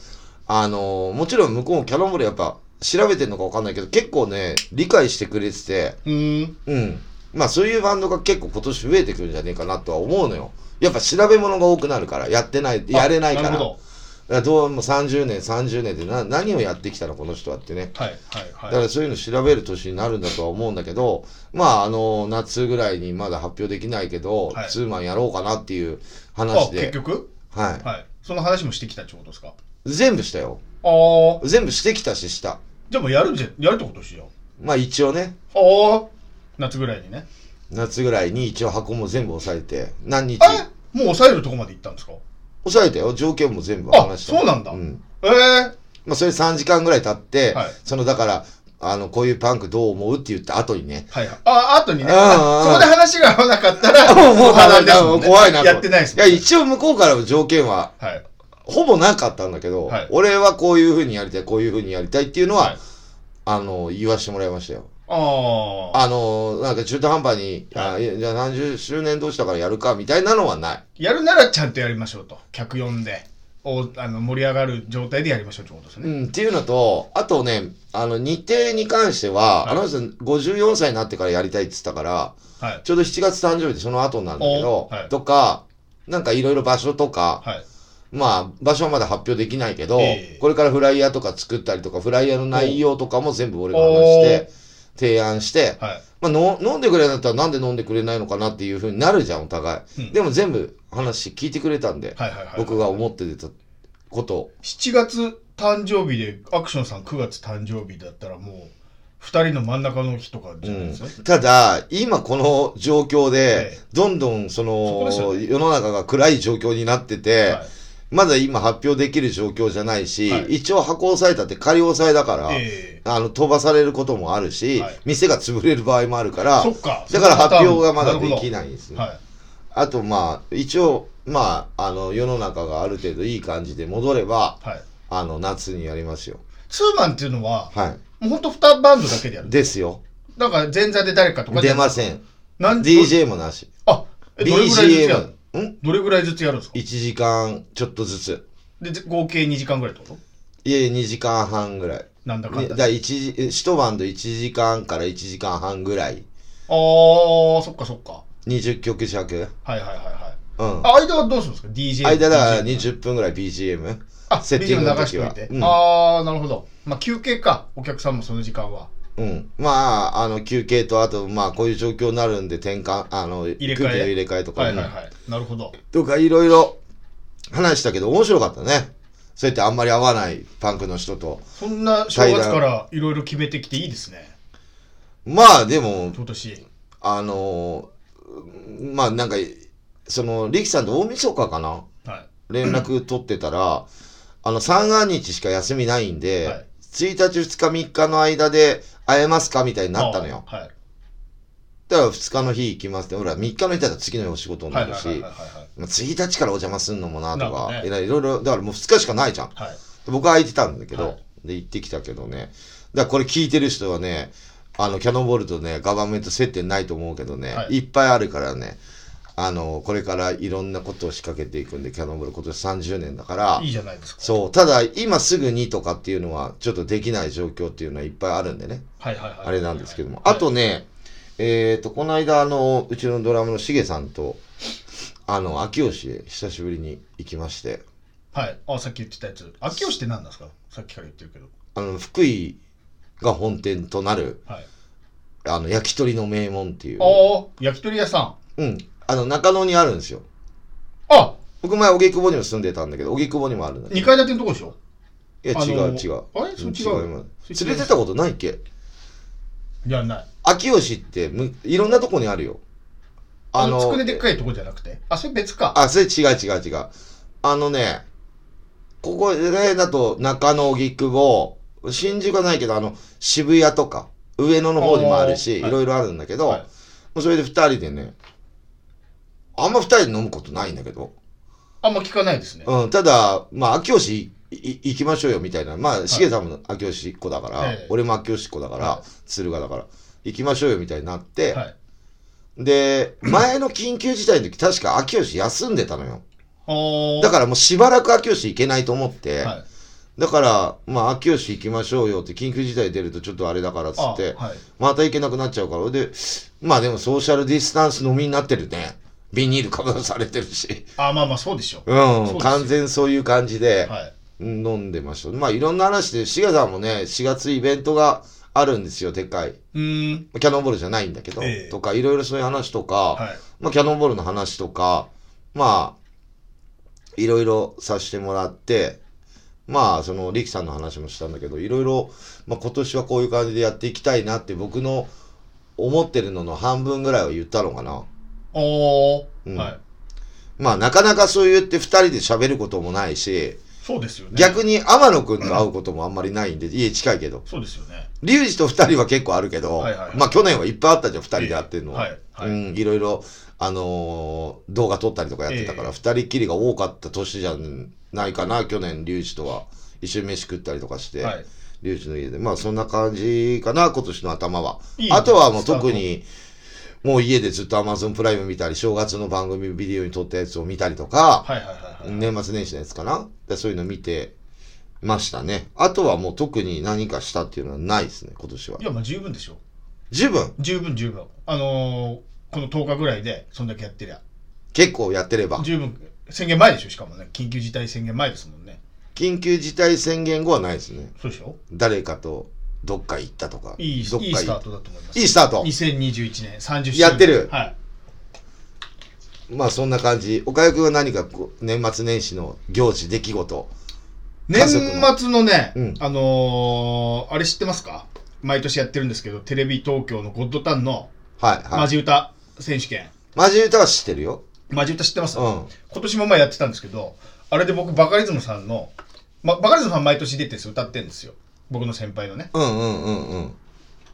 Speaker 1: あのーもちろん向こうもキャノンボールやっぱ調べてんのかわかんないけど、結構ね、理解してくれてて、
Speaker 2: うーん。
Speaker 1: うん。まあそういうバンドが結構今年増えてくるんじゃねえかなとは思うのよ。やっぱ調べ物が多くなるから、やってない、やれないから。
Speaker 2: あなるほ
Speaker 1: だからどうも30年30年でな何をやってきたのこの人はってね
Speaker 2: ど。はいは
Speaker 1: だ
Speaker 2: い
Speaker 1: か
Speaker 2: はい。
Speaker 1: らそういうの調べる年になるんだとは思うんだけどまああの夏ぐらいにまだ発表できないけど、
Speaker 2: はい
Speaker 1: ツーマンやろうかなっていう
Speaker 2: あ
Speaker 1: 話、
Speaker 2: 結
Speaker 1: で、
Speaker 2: 局
Speaker 1: は
Speaker 2: はい。その話もしてきたってことですか
Speaker 1: い、全部したよ
Speaker 2: ああ。
Speaker 1: 全部してきたしした
Speaker 2: じゃあもうやるんじゃ、やるってことしよ
Speaker 1: まあ一応ね
Speaker 2: う。ああ。夏ぐらいにね。
Speaker 1: 夏ぐらいに一応箱も全部押さえて何日
Speaker 2: えもう抑えるとこまで行ったんですか
Speaker 1: 押さえたよ条件も全部話した
Speaker 2: あそうなんだ
Speaker 1: うん
Speaker 2: ええ
Speaker 1: まあ、それ3時間ぐらい経って、
Speaker 2: はい
Speaker 1: そのだからあのこういうパンクどう思うって言った後にね
Speaker 2: はいはい。あ、後にね。
Speaker 1: うんうんうん
Speaker 2: あそこで話が合わなかったら、
Speaker 1: もう
Speaker 2: まあ
Speaker 1: ダメ
Speaker 2: です
Speaker 1: だ、
Speaker 2: もんね
Speaker 1: 怖いなと。
Speaker 2: やってないです
Speaker 1: いや、一応向こうからの条件は、
Speaker 2: はい。
Speaker 1: ほぼなかったんだけど、
Speaker 2: はい
Speaker 1: 俺はこういうふうにやりたい、こういうふうにやりたいっていうのは、
Speaker 2: はい
Speaker 1: あの、言わしてもらいましたよ。
Speaker 2: ああ。
Speaker 1: あの、なんか中途半端に、あいやじゃあ何十周年同士だからやるか、みたいなのはない。
Speaker 2: やるならちゃんとやりましょうと。客呼んで、おあの盛り上がる状態でやりましょうってことです
Speaker 1: う
Speaker 2: ね。
Speaker 1: ん、っていうのと、あとね、あの、日程に関しては、
Speaker 2: はい
Speaker 1: あの人54歳になってからやりたいって言ってたから、
Speaker 2: はい。
Speaker 1: ちょうど7月誕生日でその後なんだけど
Speaker 2: お、はい
Speaker 1: とか、なんかいろいろ場所とか、
Speaker 2: はい。
Speaker 1: まあ、場所はまだ発表できないけど、
Speaker 2: ええ
Speaker 1: これからフライヤーとか作ったりとか、フライヤーの内容とかも全部俺が話して、提案して、
Speaker 2: はい。
Speaker 1: まあの、飲んでくれなかったらなんで飲んでくれないのかなっていう風になるじゃん、お互い。
Speaker 2: うん
Speaker 1: でも全部話聞いてくれたんで、
Speaker 2: はいはいはい。
Speaker 1: 僕が思ってたことを。
Speaker 2: 7月誕生日で、アクションさん9月誕生日だったらもう、二人の真ん中の日とかじゃないですか。
Speaker 1: ただ、今この状況で、
Speaker 2: ええ
Speaker 1: どんどんそ
Speaker 2: そこ
Speaker 1: の
Speaker 2: ですよね
Speaker 1: 世の中が暗い状況になってて、
Speaker 2: はい
Speaker 1: まだ今発表できる状況じゃないし、
Speaker 2: はい
Speaker 1: 一応箱押さえたって仮押さえだから、
Speaker 2: ええ
Speaker 1: あの飛ばされることもあるし、
Speaker 2: はい
Speaker 1: 店が潰れる場合もあるから
Speaker 2: そっか。
Speaker 1: だから
Speaker 2: そのパタ
Speaker 1: 発
Speaker 2: ーン
Speaker 1: 表がまだできないんですね、
Speaker 2: はい。
Speaker 1: あとまあ一応まあ、あの、世の中がある程度いい感じで戻れば、
Speaker 2: はい。
Speaker 1: あの、夏にやりますよ。
Speaker 2: ツーマンっていうのは、
Speaker 1: は
Speaker 2: もうほんと2バンドだけでや
Speaker 1: い。
Speaker 2: る。
Speaker 1: ですよ。
Speaker 2: だから前座で誰かとかじ
Speaker 1: 出
Speaker 2: ゃな
Speaker 1: ま
Speaker 2: い
Speaker 1: せん。
Speaker 2: なん
Speaker 1: DJ もなし。
Speaker 2: あ、えどれぐらいずつや
Speaker 1: BGM
Speaker 2: る。
Speaker 1: ん
Speaker 2: どれぐらいずつやるんですか
Speaker 1: ?1 時間ちょっとずつ。
Speaker 2: で、ぜ合計2時間ぐらいってこと
Speaker 1: いえ、2時間半ぐらい。
Speaker 2: なんだか
Speaker 1: ね、
Speaker 2: ん
Speaker 1: だか
Speaker 2: だ。
Speaker 1: ら一時、一晩で1時間から1時間半ぐらい。
Speaker 2: あー、そっかそっか。
Speaker 1: 20曲尺。
Speaker 2: はいはいはいはい。
Speaker 1: うん。
Speaker 2: あ間はどうするんですか ?DJ。
Speaker 1: 間だから
Speaker 2: DJ
Speaker 1: 20分ぐらい BGM。
Speaker 2: あ、
Speaker 1: セッ
Speaker 2: セッ
Speaker 1: テ
Speaker 2: テ
Speaker 1: ィ
Speaker 2: ィ
Speaker 1: ン
Speaker 2: ン
Speaker 1: グの
Speaker 2: グ流
Speaker 1: 時
Speaker 2: して
Speaker 1: は
Speaker 2: おいて。
Speaker 1: うん
Speaker 2: あー、なるほど。まあ休憩か、お客さんもその時間は。
Speaker 1: うん。まあ、あの、休憩と、あと、まあ、こういう状況になるんで、転換、あの、入
Speaker 2: れ替え
Speaker 1: 空気の入れ替えとか、
Speaker 2: はいはいはい。なるほど。
Speaker 1: とか、いろいろ話したけど、面白かったね。そうやってあんまり合わないパンクの人と。
Speaker 2: そんな正月からいろいろ決めてきていいですね。
Speaker 1: まあ、でも、
Speaker 2: 今年。
Speaker 1: あのーまあ、なんか、その、力さんと大晦日かな
Speaker 2: は
Speaker 1: 連絡取ってた
Speaker 2: *clears throat*
Speaker 1: ら、あの、三が日しか休みないんで、
Speaker 2: はい
Speaker 1: 1日、2日、3日の間で会えますかみたい
Speaker 2: い。
Speaker 1: になったのよ。
Speaker 2: あー。はい。
Speaker 1: だから2日の日行きますって、ほら、3日の日だったら次の日お仕事に
Speaker 2: は
Speaker 1: ない
Speaker 2: はい
Speaker 1: る
Speaker 2: はいはい
Speaker 1: し、
Speaker 2: はい
Speaker 1: まあ1日からお邪魔するのもなとか、
Speaker 2: なんか
Speaker 1: い
Speaker 2: ね
Speaker 1: ろいろ、だからもう2日しかないじゃん。
Speaker 2: はい。はい。
Speaker 1: 僕は空いてたんだけど、
Speaker 2: はい
Speaker 1: で、行ってきたけどね。だからこれ聞いてる人はね、あの、キャノンボールとね、ガバメント接点ないと思うけどね、
Speaker 2: はい
Speaker 1: い、っぱいあるからね、あの、これからいろんなことを仕掛けていくんで、キャノンボール今年30年だから
Speaker 2: いい、じゃないですか。
Speaker 1: そう、ただ今すぐにとかっていうのは、ちょっとできない状況っていうのはいっぱいあるんでね。
Speaker 2: はいはいはい。
Speaker 1: あれなんですけども。
Speaker 2: は
Speaker 1: あ
Speaker 2: い
Speaker 1: とね、えっ、と、この間、あの、うちのドラムのしげさんと、あの、秋吉へ久しぶりに行きまして、
Speaker 2: はい。あ、さっき言ってたやつ。秋吉って何なんですかさっきから言ってるけど。
Speaker 1: あの、福井が本店となる、
Speaker 2: はい。
Speaker 1: あの、焼き鳥の名門っていう、
Speaker 2: ああ、焼き鳥屋さん。
Speaker 1: うん、あの、中野にあるんですよ。
Speaker 2: あ、
Speaker 1: 僕前、荻窪にも住んでたんだけで、荻窪にもあるんだけど。
Speaker 2: 2階建てのとこでしょ
Speaker 1: いや、
Speaker 2: あ
Speaker 1: 違
Speaker 2: の
Speaker 1: う、違う。
Speaker 2: あれそれ
Speaker 1: ん
Speaker 2: 違う
Speaker 1: 今
Speaker 2: それ違う
Speaker 1: 連れてったことないっけ
Speaker 2: いや、ない。
Speaker 1: 秋吉ってむ、いろんなとこにあるよ。
Speaker 2: あの、つくねでっかいとこじゃなくて。あ、それ別か。
Speaker 1: あ、それ違う違う違う。あのね、ここね、だと中野、荻窪、新宿はないけど、あの、渋谷とか、上野の方にもあるし、
Speaker 2: おー
Speaker 1: い
Speaker 2: はい
Speaker 1: ろいろあるんだけど、
Speaker 2: はい
Speaker 1: もうそれで二人でね、あんま二人で飲むことないんだけど、
Speaker 2: あんま聞かないですね。
Speaker 1: うん、ただ、まあ、秋吉いい行きましょうよみたいな、まあ、しげさんも秋吉っ子だから、
Speaker 2: ええ
Speaker 1: 俺も秋吉っ子だから、
Speaker 2: は
Speaker 1: 鶴ヶだから、行きましょうよみたいになって、
Speaker 2: はい。
Speaker 1: で、前の緊急事態の時、確か秋吉休んでたのよ。
Speaker 2: あ
Speaker 1: だ
Speaker 2: か
Speaker 1: からもうしばらく秋吉行けないと思って、
Speaker 2: はい。
Speaker 1: だから、まあ、秋吉行きましょうよって、緊急事態出るとちょっとあれだからっつ
Speaker 2: あ
Speaker 1: って、
Speaker 2: はい。
Speaker 1: また行けなくなっちゃうから、で、まあでもソーシャルディスタンスのみになってるね。ビニールかぶらされてるし。
Speaker 2: あ、まあまあ、そうでしょ。
Speaker 1: う
Speaker 2: す
Speaker 1: ん、
Speaker 2: よ
Speaker 1: 完全そういう感じで
Speaker 2: はい。
Speaker 1: 飲んでました。まあいろんな話で、シガさんもね、4月イベントがあるんですよ、でかい。
Speaker 2: うーん。
Speaker 1: キャノンボールじゃないんだけど、
Speaker 2: ええ
Speaker 1: とか、いろいろそういう話とか、
Speaker 2: はい。
Speaker 1: まあ、キャノンボールの話とか、まあ、いろいろさせてもらって、まあ、その、リキさんの話もしたんだけど、いろいろ、まあ、今年はこういう感じでやっていきたいなって、僕の思ってるのの半分ぐらいは言ったのかな。
Speaker 2: あー、
Speaker 1: うん
Speaker 2: はい。
Speaker 1: まあ、なかなかそう言って二人で喋ることもないし、
Speaker 2: そうですよね。
Speaker 1: 逆に天野くんと会うこともあんまりないんで、家近いけど。
Speaker 2: そうですよね。
Speaker 1: リュウジと二人は結構あるけど、
Speaker 2: はいはいはい
Speaker 1: まあ去年はいっぱいあったじゃん、二人でやってるの
Speaker 2: はいはい
Speaker 1: うん、いろいろ、あのー動画撮ったりとかやってたから、
Speaker 2: ええ
Speaker 1: 二、人きりが多かった年じゃないかな、去年、リュウジとは。一緒に飯食ったりとかして、
Speaker 2: はい。
Speaker 1: リュウジの家で。まあそんな感じかな、今年の頭は。
Speaker 2: いい
Speaker 1: あとはもう
Speaker 2: スタート
Speaker 1: 特に、もう家でずっと Amazon プライム見たり、正月の番組ビデオに撮ったやつを見たりとか、
Speaker 2: はいはいはいはい。。
Speaker 1: 年末年始のやつかな。でそういうの見てましたね。あとはもう特に何かしたっていうのはないですね、今年はい
Speaker 2: や、まあ十分でしょ。
Speaker 1: 十分
Speaker 2: 十分十分。あのー、この10日ぐらいで、そんだけやってりゃ。
Speaker 1: 結構やってれば。
Speaker 2: 十分、宣言前でしょ、しかもね。緊急事態宣言前ですもんね。
Speaker 1: 緊急事態宣言後はないですね。
Speaker 2: そうでしょ
Speaker 1: 誰かとどっか行ったとか。
Speaker 2: いい、いい
Speaker 1: どっか行っ
Speaker 2: スタートだと思います。
Speaker 1: いいスタート
Speaker 2: 2021年30周年。
Speaker 1: やってる
Speaker 2: はい。
Speaker 1: まあそんな感じ。岡く君は何かこう年末年始の行事、出来事。家
Speaker 2: 年
Speaker 1: 族の
Speaker 2: 末のね、
Speaker 1: うん
Speaker 2: あのー、あれ知ってますか毎年やってるんですけど、テレビ東京のゴッドタンの
Speaker 1: はいはい。
Speaker 2: マジ歌選手権。
Speaker 1: マジ歌は知ってるよ。
Speaker 2: マジ歌知ってます、
Speaker 1: うん。
Speaker 2: 今年も前やってたんですけど、あれで僕、バカリズムさんの、ま、バカリズムさん毎年出てるんですよ、歌ってるんですよ。僕の先輩のね。
Speaker 1: うんうんうんうん。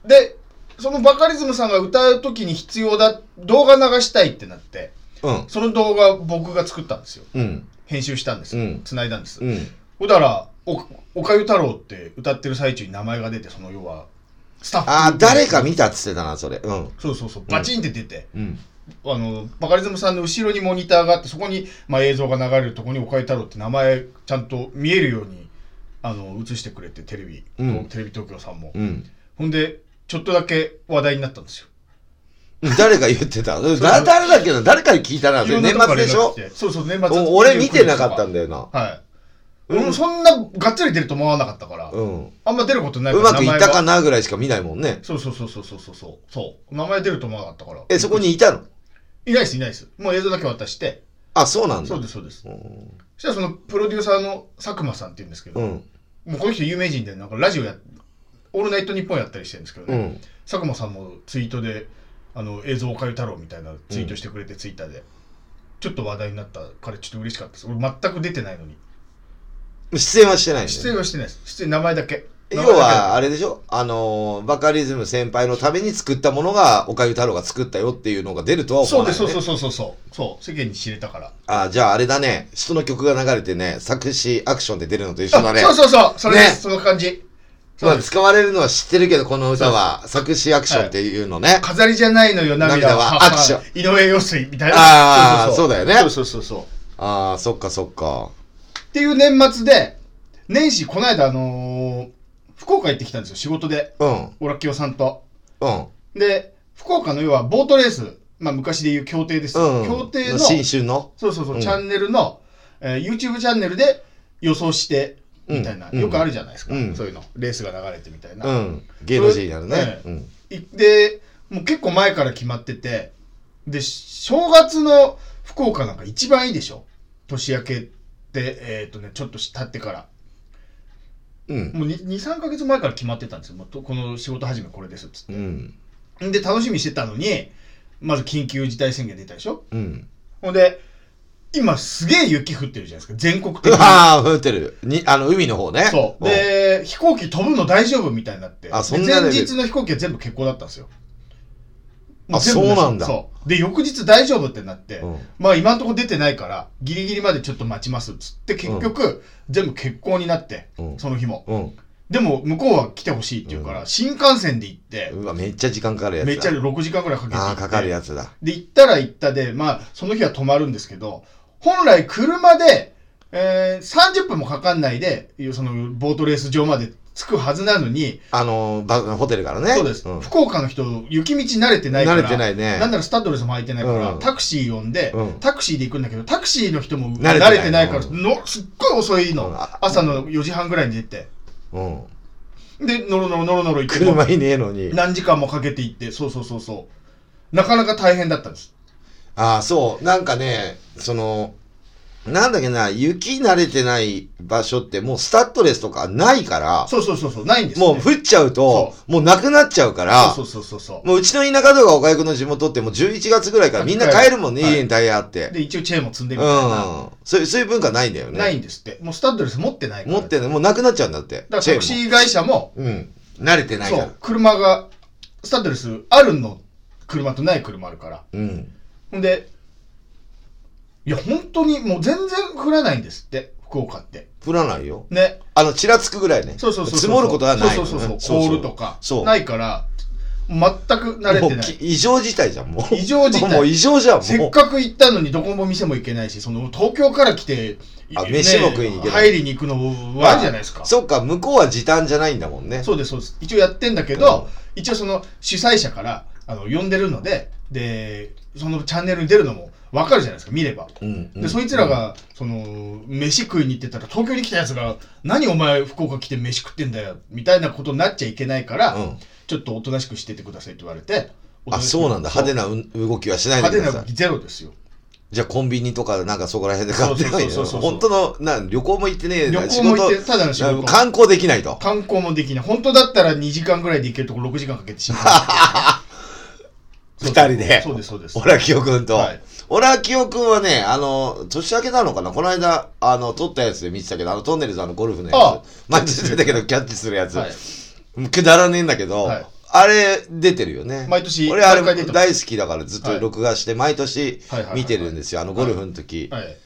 Speaker 2: で、そのバカリズムさんが歌う時に必要だ、動画流したいってなって、
Speaker 1: うん。
Speaker 2: その動画僕が作ったんですよ。
Speaker 1: うん。
Speaker 2: 編集したんです。
Speaker 1: うん
Speaker 2: 繋いだんです。
Speaker 1: うん。
Speaker 2: ほんだら、お、おかゆ太郎って歌ってる最中に名前が出て、その要は、スタッフ。
Speaker 1: ああ、誰か見たっつってたな、それ。うん。
Speaker 2: そうそうそう、バチンって出て、
Speaker 1: うん。
Speaker 2: あの、バカリズムさんの後ろにモニターがあって、そこに、まあ、映像が流れるとこに、おかゆ太郎って名前、ちゃんと見えるように、あの、映してくれて、テレビ、
Speaker 1: うん
Speaker 2: テレビ東京さんも。
Speaker 1: うん。
Speaker 2: ほんで、ちょっとだけ話題になったんですよ。
Speaker 1: 誰が言ってただ誰だっけな誰かに聞いたな。それ年末でしょ
Speaker 2: いろんなとこから連絡来てそうそう、年末。
Speaker 1: お俺見てなかったんだ
Speaker 2: で。
Speaker 1: よな。
Speaker 2: はい。俺もそんながっつり出ると思わなかったから、
Speaker 1: うん。う
Speaker 2: あんま出ることないから
Speaker 1: まくいっ
Speaker 2: 名
Speaker 1: た
Speaker 2: 前は
Speaker 1: かなぐらいしか見ないもんね。
Speaker 2: そうそうそうそうそうそうそう。そう。名前出ると思わなかったから。
Speaker 1: え、そこにいたの
Speaker 2: いないです、いないです。もう映像だけ渡して。
Speaker 1: あ、そうなんだ。
Speaker 2: そうです、そうです。
Speaker 1: うん
Speaker 2: そしたらそのプロデューサーの佐久間さんって言うんですけど、
Speaker 1: うん。
Speaker 2: もうこの人有名人で、なんかラジオや、オールナイトニッポンやったりしてるんですけど
Speaker 1: う
Speaker 2: ね、
Speaker 1: ん。
Speaker 2: 佐久間さんもツイートで、あの、映像おかゆ太郎みたいなツイートしてくれて、ツイッターで。ちょっと話題になったからちょっと嬉しかったです。俺全く出てないのに。
Speaker 1: 出演はしてないんだよね
Speaker 2: 出演はしてないです。出演名前だけ。
Speaker 1: 要
Speaker 2: 名前だけ
Speaker 1: は、あれでしょあのー、バカリズム先輩のために作ったものが、おかゆ太郎が作ったよっていうのが出るとは思
Speaker 2: そう
Speaker 1: わな
Speaker 2: で
Speaker 1: い、
Speaker 2: す、
Speaker 1: ね。
Speaker 2: そうそうそうそうそう。そう、世間に知れたから。
Speaker 1: あ、じゃああれだね。人の曲が流れてね、作詞、アクションで出るのと一緒だね。
Speaker 2: あそうそうそう、それです、
Speaker 1: ね
Speaker 2: その感じ。
Speaker 1: ま
Speaker 2: そう
Speaker 1: あ、
Speaker 2: です。
Speaker 1: 使われるのは知ってるけど、この歌は、作詞アクションっていうのね。
Speaker 2: 飾りじゃないのよ、涙
Speaker 1: 涙
Speaker 2: は。
Speaker 1: は
Speaker 2: 母
Speaker 1: アクショ
Speaker 2: 井上陽水みたいな。
Speaker 1: あーそうだよね
Speaker 2: そうそうそうそう。
Speaker 1: ああ、そっかそっか。
Speaker 2: っていう年末で、年始、この間、あのー福岡行ってきたんですよ、仕事で。
Speaker 1: うん、
Speaker 2: オラキオさんと。
Speaker 1: うん、
Speaker 2: で、福岡の要はボートレース。まあ、昔で言う協定ですよ。
Speaker 1: うん。
Speaker 2: 協定の、
Speaker 1: 新春の。
Speaker 2: そうそうそう、
Speaker 1: うん
Speaker 2: チャンネルの、えー YouTube チャンネルで予想して、みたいな、
Speaker 1: うん
Speaker 2: よくあるじゃないですか、
Speaker 1: うん
Speaker 2: そういうの。レースが流れてみたいな。
Speaker 1: うん。芸能人になるね。
Speaker 2: そ
Speaker 1: うん。
Speaker 2: いで、もう結構前から決まってて、で、正月の福岡なんか一番いいでしょ年明けって、えっ、とね、ちょっと経ってから。
Speaker 1: うん。
Speaker 2: もう2、3ヶ月前から決まってたんですよ。もうとこの仕事始めこれですっつっ
Speaker 1: うん。
Speaker 2: て。で、楽しみにしてたのに、まず緊急事態宣言出たでしょ
Speaker 1: うん。
Speaker 2: ほんで、今すげえ雪降ってるじゃないですか。全国的に。
Speaker 1: ああ、降ってる。に、あの、海の方ね。
Speaker 2: そう。 *laughs* で、飛行機飛ぶの大丈夫みたいになって。
Speaker 1: あそんな
Speaker 2: で
Speaker 1: レベ
Speaker 2: 前
Speaker 1: ル
Speaker 2: 日の飛行機は全部欠航だったんですよ。
Speaker 1: あ
Speaker 2: 全部
Speaker 1: そうなんだ
Speaker 2: そう。で、翌日大丈夫ってなって、
Speaker 1: うん
Speaker 2: まあ今のところ出てないから、ギリギリまでちょっと待ちますっつって、結局、全部欠航になって、
Speaker 1: うん
Speaker 2: その日も。
Speaker 1: うん。
Speaker 2: でも、向こうは来てほしいって言うから、新幹線で行って、
Speaker 1: うわ、めっちゃ時間かかるやつだ。
Speaker 2: めっちゃ6時間ぐらいかけて行って。
Speaker 1: ああ、かかるやつだ。
Speaker 2: で、行ったら行ったで、まあ、その日は泊まるんですけど、本来車で、えー、30分もかかんないで、その、ボートレース場まで着くはずなのに、
Speaker 1: あのー、ばホテルからね。
Speaker 2: そうです。
Speaker 1: ん。
Speaker 2: 福岡の人、雪道慣れてないから。
Speaker 1: 慣れてないね
Speaker 2: なんならスタッドレスも空いてないから、
Speaker 1: うん
Speaker 2: タクシー呼んで、
Speaker 1: うん
Speaker 2: タクシーで行くんだけど、タクシーの人も
Speaker 1: 慣れてない
Speaker 2: 慣れてないから、のすっごい遅いの。
Speaker 1: うんあ
Speaker 2: 朝の4時半ぐらいに出て。
Speaker 1: うん。
Speaker 2: で、のろのろのろのろ行っても
Speaker 1: 車いねえのに。
Speaker 2: 何時間もかけて行って、そうそうそうそう。なかなか大変だったんです。
Speaker 1: ああ、そう。なんかね、その、なんだっけな、雪慣れてない場所ってもうスタッドレスとかないから、
Speaker 2: そうそうそうそう、ないんです、ね。
Speaker 1: もう降っちゃうと、もうなくなっちゃうから、
Speaker 2: そうそうそうそうそ
Speaker 1: もううちの田舎とか岡井くんの地元ってもう11月ぐらいからみんな帰るもんね、
Speaker 2: はい
Speaker 1: 家にタイヤあっ
Speaker 2: う
Speaker 1: て。
Speaker 2: で一応チェーンも積んで
Speaker 1: うん。
Speaker 2: みたいな、
Speaker 1: そういう、そういう文化ないんだよね。
Speaker 2: ないんですってもうスタッドレス持ってないから
Speaker 1: 持ってんの、もうなくなっちゃうんだって。
Speaker 2: だから
Speaker 1: チェ
Speaker 2: タ
Speaker 1: ーン
Speaker 2: ク
Speaker 1: も
Speaker 2: シー会社も
Speaker 1: うん。慣れてないか
Speaker 2: そ
Speaker 1: ら
Speaker 2: う。車がスタッドレスあるの車とない車あるから
Speaker 1: うん。
Speaker 2: ほんでいや本当にもう全然降らないんですって福岡って
Speaker 1: 降らないよ。
Speaker 2: ね
Speaker 1: あの、ちらつくぐらいね。
Speaker 2: そうそうそうそう
Speaker 1: 積もることはないの
Speaker 2: そう
Speaker 1: ね。
Speaker 2: そうそ
Speaker 1: そ
Speaker 2: うそうう
Speaker 1: そう
Speaker 2: 凍るとか
Speaker 1: そう
Speaker 2: ないから全く慣れて
Speaker 1: も
Speaker 2: な
Speaker 1: うき
Speaker 2: い
Speaker 1: 異常事態じゃん、もう。
Speaker 2: 異常事態
Speaker 1: もう異常じゃん、もう。
Speaker 2: せっかく行ったのにどこも店も行けないしその東京から来て
Speaker 1: あ
Speaker 2: ね
Speaker 1: 飯も食いに行けない
Speaker 2: 入りに行くのはあるじゃないですか
Speaker 1: そっか、向こうは時短じゃないんだもんね。
Speaker 2: そうです、そうです。一応やってんだけど、一応その主催者から、あの、呼んでるので、で、そのチャンネルに出るのもわかるじゃないですか、見れば。
Speaker 1: うんうん
Speaker 2: で、そいつらが、その、飯食いに行ってたら、東京に来たやつが、何お前福岡来て飯食ってんだよ、みたいなことになっちゃいけないから、
Speaker 1: うん
Speaker 2: ちょっとおとなしくしててくださいって言われて、
Speaker 1: あ、そうなんだ。派手な
Speaker 2: な。
Speaker 1: う動きはしないでく
Speaker 2: 派手
Speaker 1: だ
Speaker 2: な
Speaker 1: さ
Speaker 2: 動
Speaker 1: い
Speaker 2: き。ゼロですよ。
Speaker 1: じゃあコンビニとかなんかそこら辺で買ってない
Speaker 2: そ
Speaker 1: の
Speaker 2: うそうそうそうそう
Speaker 1: 本当のなん旅行も行ってねえ
Speaker 2: 旅
Speaker 1: な
Speaker 2: 行も行って、ただの仕
Speaker 1: 仕事
Speaker 2: 事。
Speaker 1: 観光できないと。
Speaker 2: 観光もできない。本当だったら2時間ぐらいで行けるとこ6時間かけてしまう。
Speaker 1: *laughs* 二人で
Speaker 2: そうです、そうで
Speaker 1: *laughs*
Speaker 2: す。
Speaker 1: オラキオくんと
Speaker 2: はい。
Speaker 1: オラキオくんはね、あの、年明けなのかなこの間、あの、撮ったやつで見てたけど、あの、トンネルズあのゴルフの
Speaker 2: あ
Speaker 1: やつ。毎日出てたけど、キャッチするやつ。
Speaker 2: はい
Speaker 1: くだらねえんだけど、
Speaker 2: はい
Speaker 1: あれ出てるよね。
Speaker 2: 毎年
Speaker 1: 俺あれ
Speaker 2: 毎回出てます
Speaker 1: 大好きだからずっ
Speaker 2: は
Speaker 1: と
Speaker 2: い
Speaker 1: 録画して、毎年
Speaker 2: はいはいはいはい
Speaker 1: 見てるんですよ。あのゴルフの時。
Speaker 2: はい。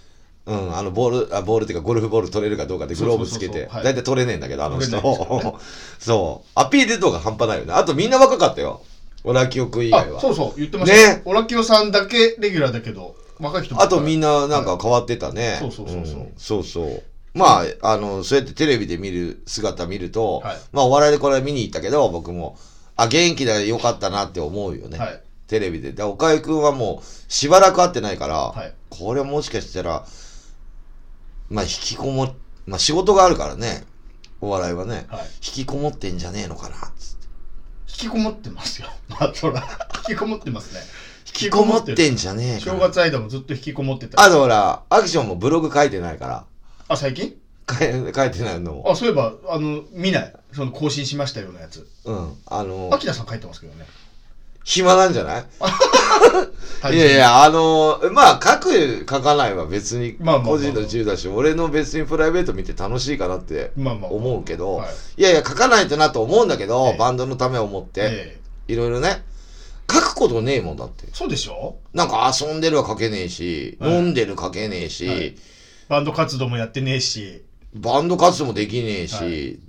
Speaker 1: うん、あのボール、あボールっていうかゴルフボール取れるかどうかでグローブつけ
Speaker 2: そ
Speaker 1: て
Speaker 2: うそうそうそうは、い
Speaker 1: 大体取れねえんだけど、あの人。
Speaker 2: 取れないです
Speaker 1: *laughs* そう。アピール度が半端ないよね。あとみんな若かったよ。オラキオ君以外
Speaker 2: あ、
Speaker 1: は。
Speaker 2: そうそう、言ってましたね
Speaker 1: ね。
Speaker 2: オラキオさんだけレギュラーだけど、若い人も
Speaker 1: あとみんな
Speaker 2: な。
Speaker 1: なんか変わってたね。
Speaker 2: そうそうそうそうん
Speaker 1: そうそうまあ、あの、そうやってテレビで見る姿見ると、
Speaker 2: はい
Speaker 1: まあお笑いでこれ見に行ったけど、僕も、あ、元気だよかったなって思うよね。
Speaker 2: はい。
Speaker 1: テレビで。で、岡井くんはもう、しばらく会ってないから、
Speaker 2: はい
Speaker 1: これもしかしたら、まあ、引きこも、まあ、仕事があるからね、お笑いはね、
Speaker 2: はい。
Speaker 1: 引きこもってんじゃねえのかな、つって。
Speaker 2: 引きこもってますよ。 *laughs* まあ、そら、引きこもってますね。
Speaker 1: 引きこもってんじゃねえか
Speaker 2: 正
Speaker 1: な。
Speaker 2: 月間もずっと引きこもってた。
Speaker 1: あとほら、アクションもブログ書いてないから、
Speaker 2: あ、最近
Speaker 1: 書い書いてないのも。
Speaker 2: あ、そういえば、あの、見ない。その、更新しましたようなやつ。
Speaker 1: うん。あの
Speaker 2: ア、キラさん書いてますけどね。
Speaker 1: 暇なんじゃない、、
Speaker 2: はい
Speaker 1: やい。や、あの、まあ、書く、書かないは別に、
Speaker 2: まあまあまあ
Speaker 1: 個人の自由だし、俺の別にプライベート見て楽しいかなって
Speaker 2: まあまあ。
Speaker 1: 思うけど、
Speaker 2: はい
Speaker 1: いやいや、書かないとなと思うんだけど、
Speaker 2: ええ
Speaker 1: バンドのためを思って、
Speaker 2: ええ
Speaker 1: いろいろね、書くことねえもんだって。
Speaker 2: そうでしょ
Speaker 1: なんか遊んでるは書けねえし、
Speaker 2: はい
Speaker 1: 飲んでる書けねえし、
Speaker 2: はいバンド活動もやってねえし。
Speaker 1: バンド活動もできねえし、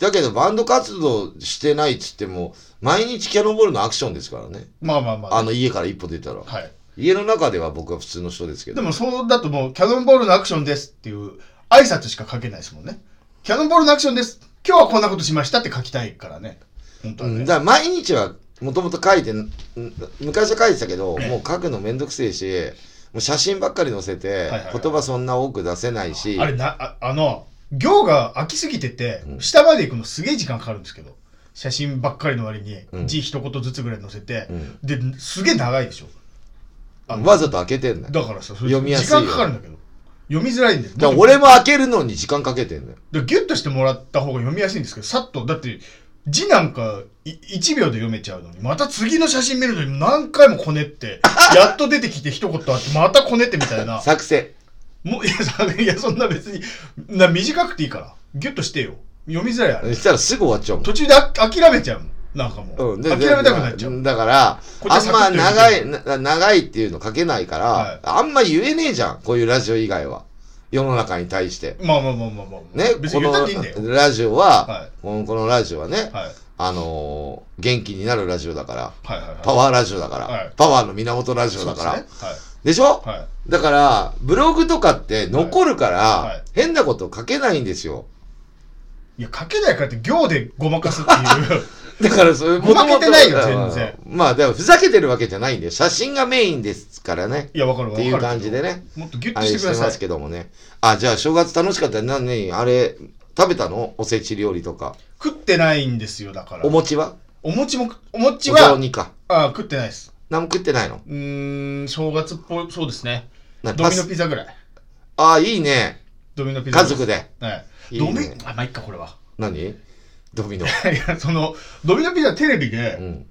Speaker 2: は
Speaker 1: だけどバンド活動してないっつっても、毎日キャノンボールのアクションですからね。
Speaker 2: まあまあまあ。
Speaker 1: あの家から一歩出たら。
Speaker 2: はい。
Speaker 1: 家の中では僕は普通の人ですけ
Speaker 2: で
Speaker 1: ど。
Speaker 2: もそうだともうキャノンボールのアクションですっていう挨拶しか書けないですもんね。キャノンボールのアクションです。今日はこんなことしましたって書きたいからね。本当
Speaker 1: う
Speaker 2: はね。
Speaker 1: ん、だから毎日はもともと書いてん、うん昔は書いてたけど、
Speaker 2: ええ
Speaker 1: もう書くのめんどくせえし、もう写真ばっかり載せて、
Speaker 2: はいはいはい
Speaker 1: 言葉そんな多く出せないし。
Speaker 2: あれなあ、あの、行が空きすぎてて、
Speaker 1: うん
Speaker 2: 下まで行くのすげえ時間かかるんですけど、写真ばっかりの割に
Speaker 1: うん
Speaker 2: 字一言ずつぐらい載せて
Speaker 1: う、ん
Speaker 2: で、すげえ長いでしょ。あの
Speaker 1: わざと開けてんだよ。
Speaker 2: だからさ、それ
Speaker 1: 読みやすい
Speaker 2: 時
Speaker 1: よ
Speaker 2: 間かかるんだけど。読みづらいんです。
Speaker 1: だから俺も開けるのに時間かけてんだよ。
Speaker 2: でギュッとしてもらった方が読みやすいんですけどさっとだって字なんかい1秒で読めちゃうのにまた次の写真見るのに何回もこねって
Speaker 1: *laughs*
Speaker 2: やっと出てきて一言あってまたこねってみたいな
Speaker 1: 作成。
Speaker 2: もういやさいやそんな別にな短くていいからギュッとしてよ読みづらいあれ
Speaker 1: そしたらすぐ終わっちゃうもん
Speaker 2: 途中であ諦めちゃうもんなんかもう、
Speaker 1: うん、で
Speaker 2: 諦めたくなっちゃう、
Speaker 1: だから、
Speaker 2: こっちは
Speaker 1: あん
Speaker 2: サクッ
Speaker 1: ま
Speaker 2: と言う
Speaker 1: 長い、な長いっていうの書けないから、
Speaker 2: はい
Speaker 1: あんま言えねえじゃん。こういうラジオ以外は。世の中に対して。
Speaker 2: まあまあまあまあまあ、
Speaker 1: ね、
Speaker 2: 別
Speaker 1: こ
Speaker 2: に言ったっていいんだよ
Speaker 1: のラジオは、
Speaker 2: はい
Speaker 1: このこのラジオはね、
Speaker 2: はい
Speaker 1: あのー元気になるラジオだから、
Speaker 2: はいはいはい
Speaker 1: パワーラジオだから、
Speaker 2: はい
Speaker 1: パワーの源ラジオだから。
Speaker 2: そう
Speaker 1: で
Speaker 2: ですね
Speaker 1: しょ、
Speaker 2: はいはい
Speaker 1: だから、ブログとかって残るから、
Speaker 2: はい
Speaker 1: 変なこと書けないんですよ。
Speaker 2: いや書けないからって行でごまかすって
Speaker 1: *laughs*
Speaker 2: いう
Speaker 1: だから、そ
Speaker 2: *laughs*
Speaker 1: れ、
Speaker 2: ごまけてないよ
Speaker 1: 元々は
Speaker 2: 全然。
Speaker 1: まあ、でも、ふざけてるわけじゃないんで、写真がメインですからね。
Speaker 2: いやわかるわ
Speaker 1: っ
Speaker 2: か
Speaker 1: て
Speaker 2: る
Speaker 1: いう感じでね。
Speaker 2: もっとギュッ
Speaker 1: あ
Speaker 2: と
Speaker 1: れ
Speaker 2: して
Speaker 1: して
Speaker 2: くださ
Speaker 1: ま
Speaker 2: い
Speaker 1: すけどもね。あ、じゃあ、正月楽しかったな何あれ、食べたのおせち料理とか。
Speaker 2: 食ってないんですよだから
Speaker 1: お餅は
Speaker 2: お餅もお餅
Speaker 1: お雑
Speaker 2: は
Speaker 1: 煮か。
Speaker 2: あ食ってないです
Speaker 1: 何も食ってないの
Speaker 2: うーん正月っぽいそうですね
Speaker 1: な
Speaker 2: ド
Speaker 1: パ
Speaker 2: ミノ
Speaker 1: ス
Speaker 2: ピザぐらい
Speaker 1: あ、いいね。
Speaker 2: ドミノピザ
Speaker 1: 家族で。
Speaker 2: はい
Speaker 1: いい
Speaker 2: ド
Speaker 1: ね
Speaker 2: ミあまあいっかこれは *laughs*
Speaker 1: 何ドミノ。
Speaker 2: いやそのドミノピザテレビ
Speaker 1: う
Speaker 2: で
Speaker 1: ん。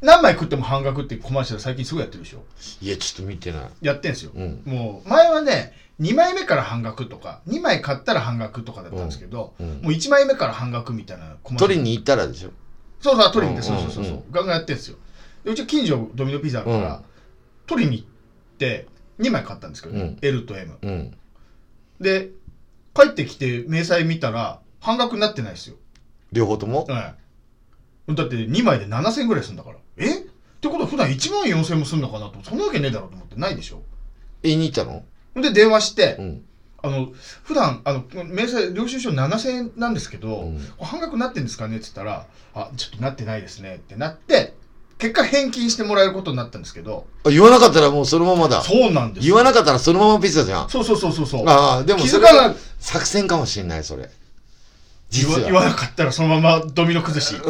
Speaker 2: 何枚食っても半額ってコマーシャル最近すごいやってるでしょ
Speaker 1: いや、ちょっと見てない。
Speaker 2: やってんすよ
Speaker 1: うん。
Speaker 2: もう前はね2枚目から半額とか2枚買ったら半額とかだったんですけど、
Speaker 1: うんうん
Speaker 2: もう1枚目から半額みたいなコマーシャ
Speaker 1: 取
Speaker 2: ル
Speaker 1: りに行ったらでしょ。
Speaker 2: そうそう、取りに行って、
Speaker 1: うん
Speaker 2: そうそうそうそう、
Speaker 1: うん
Speaker 2: ガンガンやってんですよ。でうち近所ドミノピザあるから、
Speaker 1: うん
Speaker 2: 取りに行って、2枚買ったんですけど、
Speaker 1: うん
Speaker 2: L と M。
Speaker 1: うん。
Speaker 2: で、帰ってきて、明細見たら、半額になってないですよ。
Speaker 1: 両方とも
Speaker 2: はい。だって、2枚で7000円ぐらいするんだから。えってことは、普段1万4000円もするのかなと思って、そんなわけねえだろうと思って、ないでしょ。
Speaker 1: 言いに行ったの
Speaker 2: で、電話して、
Speaker 1: うん。
Speaker 2: あの、普段あの、明細、領収書7000円なんですけど、
Speaker 1: うん
Speaker 2: これ半額になってんですかねって言ったら、あ、ちょっとなってないですねってなって、結果返金してもらえることになったんですけど、
Speaker 1: あ言わなかったらもうそのままだ。
Speaker 2: そうなんです
Speaker 1: 言わな
Speaker 2: か
Speaker 1: かったらそのままピザじゃん。
Speaker 2: そうそうそうそうそう。
Speaker 1: ああ、でも
Speaker 2: 気
Speaker 1: そ
Speaker 2: づ
Speaker 1: れ
Speaker 2: かな
Speaker 1: 作戦かもしれない、それ。
Speaker 2: 言
Speaker 1: 実
Speaker 2: わ
Speaker 1: は。
Speaker 2: 言わなかったらそのままドミノ
Speaker 1: *laughs*
Speaker 2: 崩し、 *laughs*
Speaker 1: う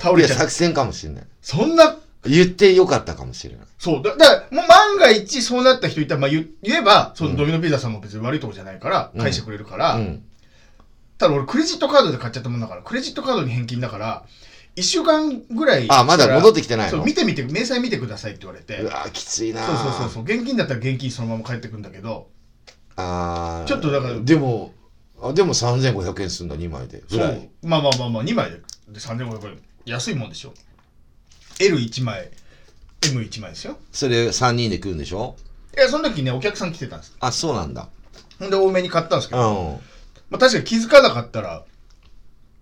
Speaker 2: 倒
Speaker 1: ん。いや、
Speaker 2: れちゃう。
Speaker 1: 作戦かもしれない。
Speaker 2: そんな、
Speaker 1: 言ってよかったかもしれない。
Speaker 2: そう。だだから、もう万が一そうなった人いたら、まあ言言えば、そのドミノピザさんも別に悪いとこじゃないから、
Speaker 1: うん
Speaker 2: 返してくれるから、
Speaker 1: うん。
Speaker 2: ただ俺クレジットカードで買っちゃったもんだから、クレジットカードに返金だから、1週間ぐらい。
Speaker 1: あ、まだ戻ってきてない
Speaker 2: そう
Speaker 1: の
Speaker 2: 見てみて明細見てくださいって言われて
Speaker 1: う
Speaker 2: そう
Speaker 1: わーきついなー
Speaker 2: そうそうそう現金だったら現金そのまま帰ってくんだけど
Speaker 1: あー
Speaker 2: ちょっとだから
Speaker 1: でも、あでも3500円すんだ、2枚で。ぐ
Speaker 2: そ
Speaker 1: ら
Speaker 2: う
Speaker 1: い。
Speaker 2: まあまあまあまあ2枚でで3500円安いもんでしょ L1 枚 M1 枚ですよ
Speaker 1: それ3人で食うんでしょ
Speaker 2: えその時ねお客さん来てたんです
Speaker 1: あ、そうなんだ。
Speaker 2: ほんで多めに買ったんですけ
Speaker 1: う
Speaker 2: ど、
Speaker 1: ん。
Speaker 2: まあ、確かに気づかなかったら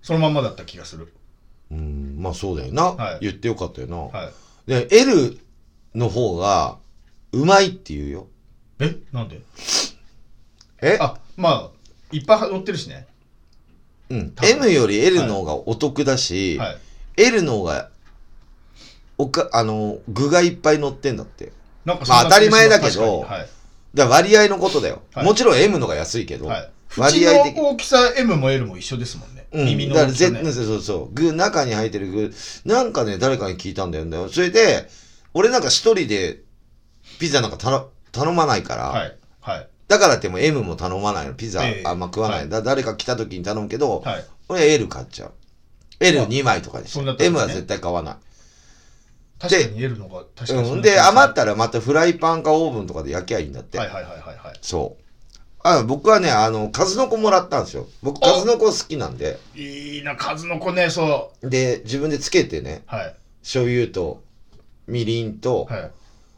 Speaker 2: そのまんまだった気がする
Speaker 1: うん、まあそうだよな、
Speaker 2: はい
Speaker 1: 言ってよかったよな、
Speaker 2: はい
Speaker 1: で L の方がうまいって言うよ
Speaker 2: えなんで
Speaker 1: え
Speaker 2: あまあいっぱい乗ってるしね
Speaker 1: うん
Speaker 2: 多分
Speaker 1: M より L の方がお得だし、
Speaker 2: はい
Speaker 1: L の方がおかあの具がいっぱい乗ってんだって
Speaker 2: なんかそんな
Speaker 1: まあ当たり前だけど
Speaker 2: 気がします確かに
Speaker 1: だから割合のことだよ、
Speaker 2: はい
Speaker 1: もちろん M のが安いけど、
Speaker 2: はい、はい、
Speaker 1: 割合
Speaker 2: 縁
Speaker 1: 的
Speaker 2: の大きさ M も L も一緒ですもんね、
Speaker 1: うん、
Speaker 2: 耳の
Speaker 1: だから
Speaker 2: 大き
Speaker 1: ぜ、
Speaker 2: さ、ね、
Speaker 1: そうそうそう具中に入ってる具なんかね誰かに聞いたんだよねそれで俺なんか一人でピザなんか頼頼まないから、
Speaker 2: はいはい
Speaker 1: だからっても M も頼まないの。ピザ
Speaker 2: ええ
Speaker 1: あんま食わない。
Speaker 2: はい
Speaker 1: だ誰か来た時に頼むけど、
Speaker 2: はい
Speaker 1: 俺は L 買っちゃう。L2 枚とかでし
Speaker 2: そ
Speaker 1: ょ
Speaker 2: んなとこね
Speaker 1: M は絶対買わない。
Speaker 2: 確かに L の方が確かにそ
Speaker 1: うん
Speaker 2: な気がする
Speaker 1: ん、で、余ったらまたフライパンかオーブンとかで焼きゃいいんだって。
Speaker 2: はいはいはいはいはい
Speaker 1: そう。あ僕はね、あの、数の子もらったんですよ。僕、
Speaker 2: あ
Speaker 1: 数の子好きなんで。
Speaker 2: いいな、数の子ね、そ
Speaker 1: で、自分でつけてね、
Speaker 2: う。はい。
Speaker 1: 醤油と、みりんと、
Speaker 2: はい。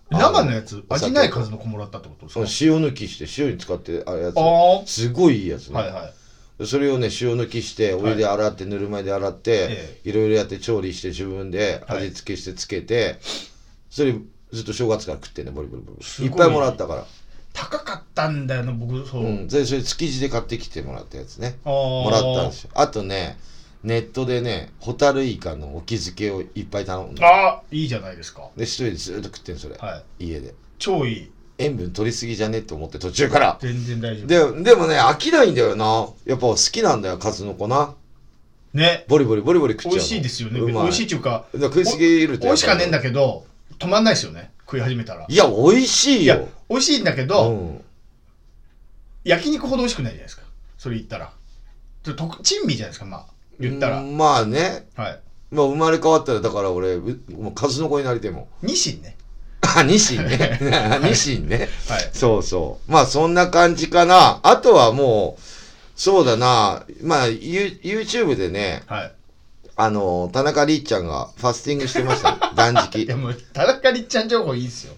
Speaker 1: あ
Speaker 2: 生のやつ、
Speaker 1: お酒
Speaker 2: 味ない数の子もらったってこと
Speaker 1: その
Speaker 2: です
Speaker 1: 塩抜きして、塩に使ってあるや
Speaker 2: かあ
Speaker 1: つ。すごいいいやつ
Speaker 2: あ。
Speaker 1: ね。
Speaker 2: はいはい。
Speaker 1: それをね塩抜きしてお湯で洗って、ぬるま湯で洗って、
Speaker 2: え
Speaker 1: いろいろやって調理して自分で
Speaker 2: はい
Speaker 1: 味付けしてつけて、それずっと正月から食ってねボリボリボリ
Speaker 2: す
Speaker 1: い
Speaker 2: ご
Speaker 1: っ
Speaker 2: い
Speaker 1: ぱいもらったから、
Speaker 2: 高かったんだよな、僕、そうう。
Speaker 1: ん、それそれ築地で買ってきてもらったやつね
Speaker 2: ああ。
Speaker 1: もらったんですよあとねネットでねホタルイカのお気づけをいっぱい頼んで
Speaker 2: あいいじゃないですか。
Speaker 1: で一人でずっと食ってんそれ、
Speaker 2: はい。
Speaker 1: 家で
Speaker 2: 超いい。
Speaker 1: 塩分取りすぎじゃねって思って途中から
Speaker 2: 全然大丈夫。
Speaker 1: ででもね飽きないんだよなやっぱ好きなんだよ数の子な
Speaker 2: ね。
Speaker 1: ボリボリボリボリ食っちゃう
Speaker 2: 美
Speaker 1: の
Speaker 2: 味しいですよね。
Speaker 1: う
Speaker 2: 美
Speaker 1: まい
Speaker 2: 味しいっていうか、
Speaker 1: だから食いすぎると
Speaker 2: 美
Speaker 1: やっぱり
Speaker 2: 味しかねえんだけど、止まんないですよね。食い始めたら。
Speaker 1: いや美味しい
Speaker 2: いや
Speaker 1: よ、
Speaker 2: 美味しいんだけ
Speaker 1: う
Speaker 2: ど、
Speaker 1: ん、
Speaker 2: 焼肉ほど美味しくないじゃないですか。それ言ったら。ちょっと特珍味じゃないですか、まあ。言ったら。
Speaker 1: うんまあね、
Speaker 2: はい。
Speaker 1: まあ、生まれ変わったらだから俺うもう数の子になりてえも *laughs* ん
Speaker 2: ニシンね。
Speaker 1: あニシンね *laughs* ニシンね
Speaker 2: はい。
Speaker 1: そうそうまあそんな感じかなあとはもうそうだなまあユ YouTube でね
Speaker 2: はい。
Speaker 1: あの田中りっちゃんがファスティングしてました
Speaker 2: *laughs*
Speaker 1: よ断食
Speaker 2: いやもう田中りっちゃん情報いいっすよ。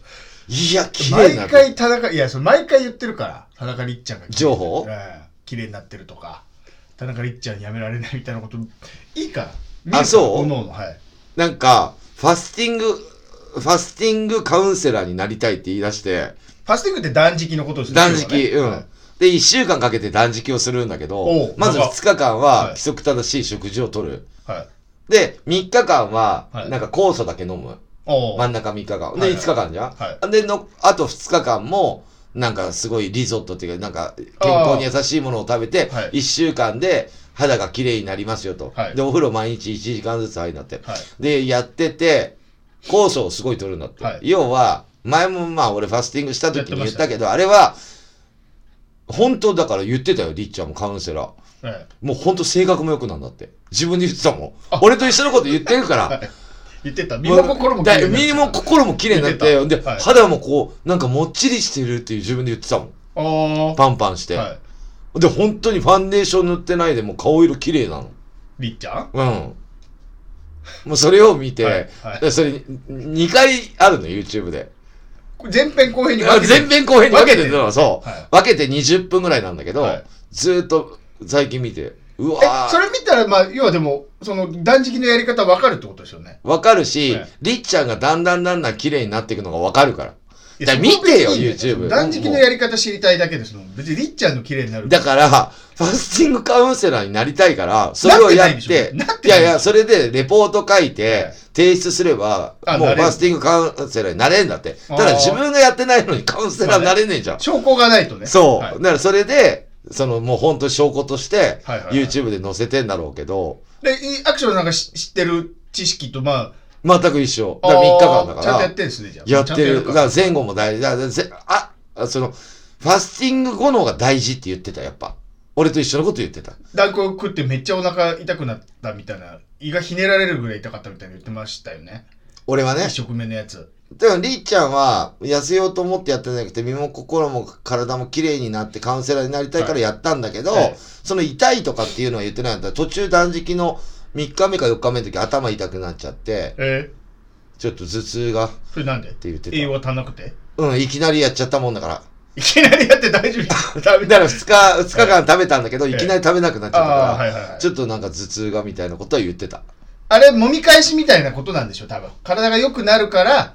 Speaker 1: いや綺麗
Speaker 2: 毎
Speaker 1: な
Speaker 2: 回田中いやそれ毎回言ってるから田中りっちゃんが
Speaker 1: 情報
Speaker 2: ええ綺麗になってるとか田中りっちゃんやめられないみたいなこといいから
Speaker 1: あそう
Speaker 2: おのおのはい
Speaker 1: なんかファスティングファスティングカウンセラーになりたいって言い出して
Speaker 2: ファスティングって断食のことですよ
Speaker 1: 断
Speaker 2: ね
Speaker 1: 食、うん。で、1週間かけて断食をするんだけ
Speaker 2: お
Speaker 1: ど
Speaker 2: う、
Speaker 1: まず
Speaker 2: なんか
Speaker 1: 2日間
Speaker 2: は
Speaker 1: はい規則正しい食事をとる。
Speaker 2: はい
Speaker 1: で、3日間は
Speaker 2: は、い
Speaker 1: なんか酵素だけ飲む。
Speaker 2: おお
Speaker 1: 真ん中3日間。
Speaker 2: は
Speaker 1: で、
Speaker 2: い
Speaker 1: 5日間じゃん、
Speaker 2: は
Speaker 1: での、あと2日間も、なんかすごいリゾットっていうか、なんか健康に優しいものを食べて、
Speaker 2: はい
Speaker 1: 1週間で肌が綺麗になりますよと。
Speaker 2: はい
Speaker 1: で、お風呂毎日1時間ずつ入るんだって。
Speaker 2: はい
Speaker 1: で、やってて、酵素をすごい取るんだって。
Speaker 2: はい
Speaker 1: 要は、前もまあ俺ファスティングした時に
Speaker 2: やってま
Speaker 1: 言っ
Speaker 2: した
Speaker 1: たけど、あれは、本当だから言ってたよ、りっちゃんもカウンセラー。
Speaker 2: ええ
Speaker 1: もう本当性格も良くなんだって。自分で言ってたもん
Speaker 2: あ。
Speaker 1: 俺と一緒のこと言ってるか
Speaker 2: は
Speaker 1: ら。
Speaker 2: い言ってた身も心も綺麗
Speaker 1: だ
Speaker 2: になって
Speaker 1: 身も心も綺麗になって、
Speaker 2: 言って
Speaker 1: で、
Speaker 2: たはい
Speaker 1: 肌もこう、なんかもっちりしてるっていう自分で言ってたもん。
Speaker 2: おお
Speaker 1: パンパンして。
Speaker 2: は
Speaker 1: で、本当にファンデーション塗ってないでもう顔色綺麗なの。
Speaker 2: いりっちゃん
Speaker 1: うん。もうそれを見て、
Speaker 2: はいはい
Speaker 1: でそれ2回あるの、YouTube で。
Speaker 2: 前編後編に分けて
Speaker 1: 全編後編に分けてるの、そう、
Speaker 2: はい
Speaker 1: 分けて20分ぐらいなんだけど、
Speaker 2: はい
Speaker 1: ずーっと最近見て、うわ
Speaker 2: えそ
Speaker 1: ー
Speaker 2: れ見たらまあ要はでもその断食のやり方分かるってことですよね
Speaker 1: わかるし、
Speaker 2: はい
Speaker 1: りっちゃんがだんだんだんだん綺麗になっていくのがわかるから。
Speaker 2: い
Speaker 1: だ
Speaker 2: や
Speaker 1: から見てよ
Speaker 2: そこ別にいい
Speaker 1: YouTube
Speaker 2: んだ断食のやり方知りたいだけですもん別にりっちゃんの綺麗になる
Speaker 1: だから、ファスティングカウンセラーになりたいから、それをやって、
Speaker 2: なってないでしょなってない
Speaker 1: やいや、それでレポート書いて、
Speaker 2: はい
Speaker 1: 提出すれば、
Speaker 2: あ
Speaker 1: もう
Speaker 2: なれ
Speaker 1: フ
Speaker 2: る
Speaker 1: ァスティングカウンセラーになれんだって。た
Speaker 2: あ
Speaker 1: だ
Speaker 2: ー
Speaker 1: 自分がやってないのにカウンセラーになれねえじゃん。
Speaker 2: 証拠がないとね
Speaker 1: そう。
Speaker 2: はい
Speaker 1: だからそれで、そのもう本当証拠として、
Speaker 2: はいはいはい
Speaker 1: YouTube で載せてんだろうけど、
Speaker 2: で、いアクションなんかし知ってる知識と、ま
Speaker 1: 全く一緒。
Speaker 2: あ、
Speaker 1: だから3日
Speaker 2: あ
Speaker 1: 間
Speaker 2: ー
Speaker 1: だか
Speaker 2: ちゃんとやっ
Speaker 1: ら。
Speaker 2: てるんですね、じゃあ。
Speaker 1: やってる。
Speaker 2: ちゃ
Speaker 1: だ
Speaker 2: んと
Speaker 1: か
Speaker 2: や
Speaker 1: ら前後も大事。だからぜあ、あその、ファスティング後の方が大事って言ってた、やっぱ。俺と一緒のこと言ってた。
Speaker 2: 団子を食ってめっちゃお腹痛くなったみたいな、胃がひねられるぐらい痛かったみたいな言ってましたよね。
Speaker 1: 俺はね
Speaker 2: 一。食目のやつ。
Speaker 1: でも、りっちゃんは、痩せようと思ってやってなくて、身も心も体も綺麗になってカウンセラーになりたいからやったんだけど、
Speaker 2: はいはい
Speaker 1: その痛いとかっていうのは言ってないんだ。途中断食の3日目か4日目の時頭痛くなっちゃって、
Speaker 2: え
Speaker 1: ちょっと頭痛がっ
Speaker 2: ー、それなんで
Speaker 1: て言って
Speaker 2: 栄養
Speaker 1: た。
Speaker 2: 足んなくて
Speaker 1: うん、いきなりやっちゃったもんだから。
Speaker 2: いきなりやって大丈夫ダメ
Speaker 1: *laughs* だ
Speaker 2: だ
Speaker 1: から2日、2日間食べたんだけど、
Speaker 2: ええ
Speaker 1: いきなり食べなくなっちゃった
Speaker 2: ああー
Speaker 1: か
Speaker 2: はいはいは
Speaker 1: ら、
Speaker 2: い
Speaker 1: ちょっとなんか頭痛がみたいなことは言ってた。
Speaker 2: あれ揉み返しみたいなことなんでしょ多分体が良くなるから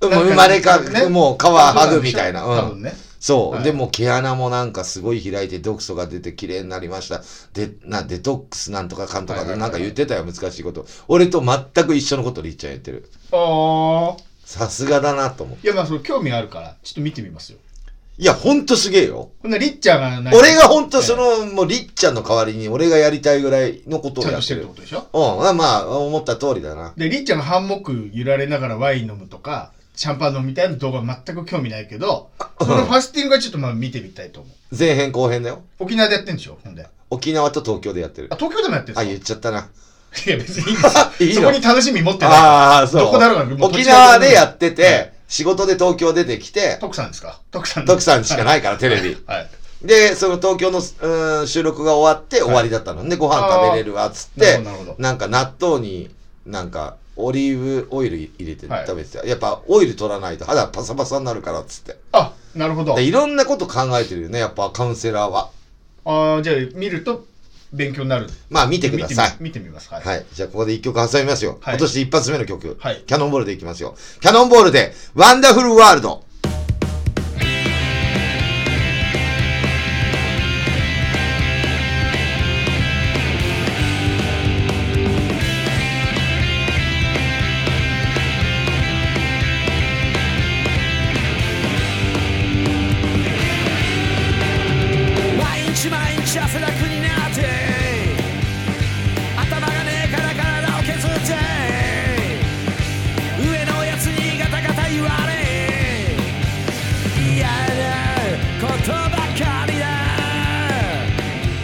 Speaker 1: うん
Speaker 2: なんか
Speaker 1: 生まれか
Speaker 2: ね、
Speaker 1: もう皮剥ぐみたいな。
Speaker 2: 多
Speaker 1: うん
Speaker 2: 分ね
Speaker 1: そう、
Speaker 2: はい
Speaker 1: でも毛穴もなんかすごい開いて毒素が出て綺麗になりましたでなデトックスなんとかかんとか
Speaker 2: はいはいはい
Speaker 1: なんか言ってたよ難しいこと俺と全く一緒のことりっちゃん言ってる
Speaker 2: ああ
Speaker 1: さすがだなと思う
Speaker 2: いやまあそれ興味あるからちょっと見てみますよ
Speaker 1: いやほんとすげえよ
Speaker 2: こんなりっちゃんがない
Speaker 1: 俺がほんとその、もうりっちゃんの代わりに俺がやりたいぐらいのことを
Speaker 2: ちゃん
Speaker 1: や
Speaker 2: と
Speaker 1: っ
Speaker 2: して
Speaker 1: て
Speaker 2: るっ
Speaker 1: る
Speaker 2: てことでしょ
Speaker 1: うんまあ思った通りだな
Speaker 2: でりっちゃんがハンモック揺られながらワイン飲むとかシャンパン飲みたいな動画全く興味ないけどそのファスティングはちょっとまあ見てみたいと思う
Speaker 1: 前編後編だよ
Speaker 2: 沖縄でやってんでしょほんであ
Speaker 1: 沖縄と東京でやってる
Speaker 2: 東京でもやってる
Speaker 1: あ
Speaker 2: ん
Speaker 1: 言
Speaker 2: で
Speaker 1: っちゃったな
Speaker 2: すかいや別に *laughs* いいんですよ
Speaker 1: いいの
Speaker 2: そこに楽しみ持ってない
Speaker 1: ああそう
Speaker 2: どこだろうがもう
Speaker 1: 沖縄でやって
Speaker 2: どっち
Speaker 1: て、仕事で東京出てきて
Speaker 2: 徳さんですか徳さん
Speaker 1: 徳さんしか
Speaker 2: い
Speaker 1: ないからテレビ
Speaker 2: はい
Speaker 1: で、その東京の、うん、収録が終わって終わりだったの。で、ご飯食べれるわ、つっ
Speaker 2: な
Speaker 1: て
Speaker 2: るほどなるほど、
Speaker 1: なんか納豆に、なんか、オリーブオイル入れて
Speaker 2: はい
Speaker 1: 食べてた。やっぱオイル取らないと肌パサパサになるから、つって。
Speaker 2: あなるほど
Speaker 1: でいろんなこと考えてるよね、やっぱカウンセラーは。
Speaker 2: あーじゃあ見ると勉強になる
Speaker 1: まあ見てください。
Speaker 2: 見てみ見てみますはい、
Speaker 1: はい。じゃあここで一曲挟みますよ。
Speaker 2: は
Speaker 1: 今
Speaker 2: い
Speaker 1: 年一発目の曲。
Speaker 2: はい
Speaker 1: キャノンボールでいきますよ。キャノンボールで、ワンダフルワールド。
Speaker 3: 毎日毎日汗だくになって頭がねえから体を削って上のやつにガタガタ言われ嫌なことばかりだ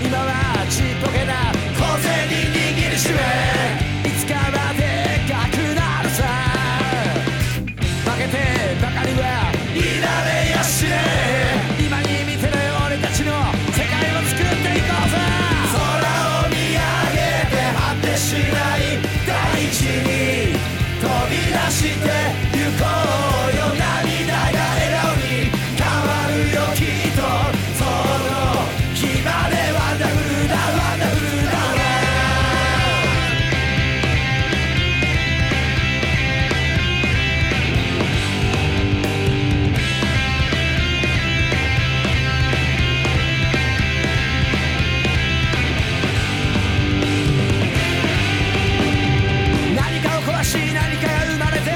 Speaker 3: 今はちっぽけな小銭握りしめいつかまででかくなるさ負けてばかりはいられやしねえ今に見てろよ俺たちの世界を作っていこうぜ空を見上げて果てしない大地に飛び出して行こうよ涙が笑顔に変わるよきっとその日までワンダフルだワンダフルだ何かを壊し何かが生まれて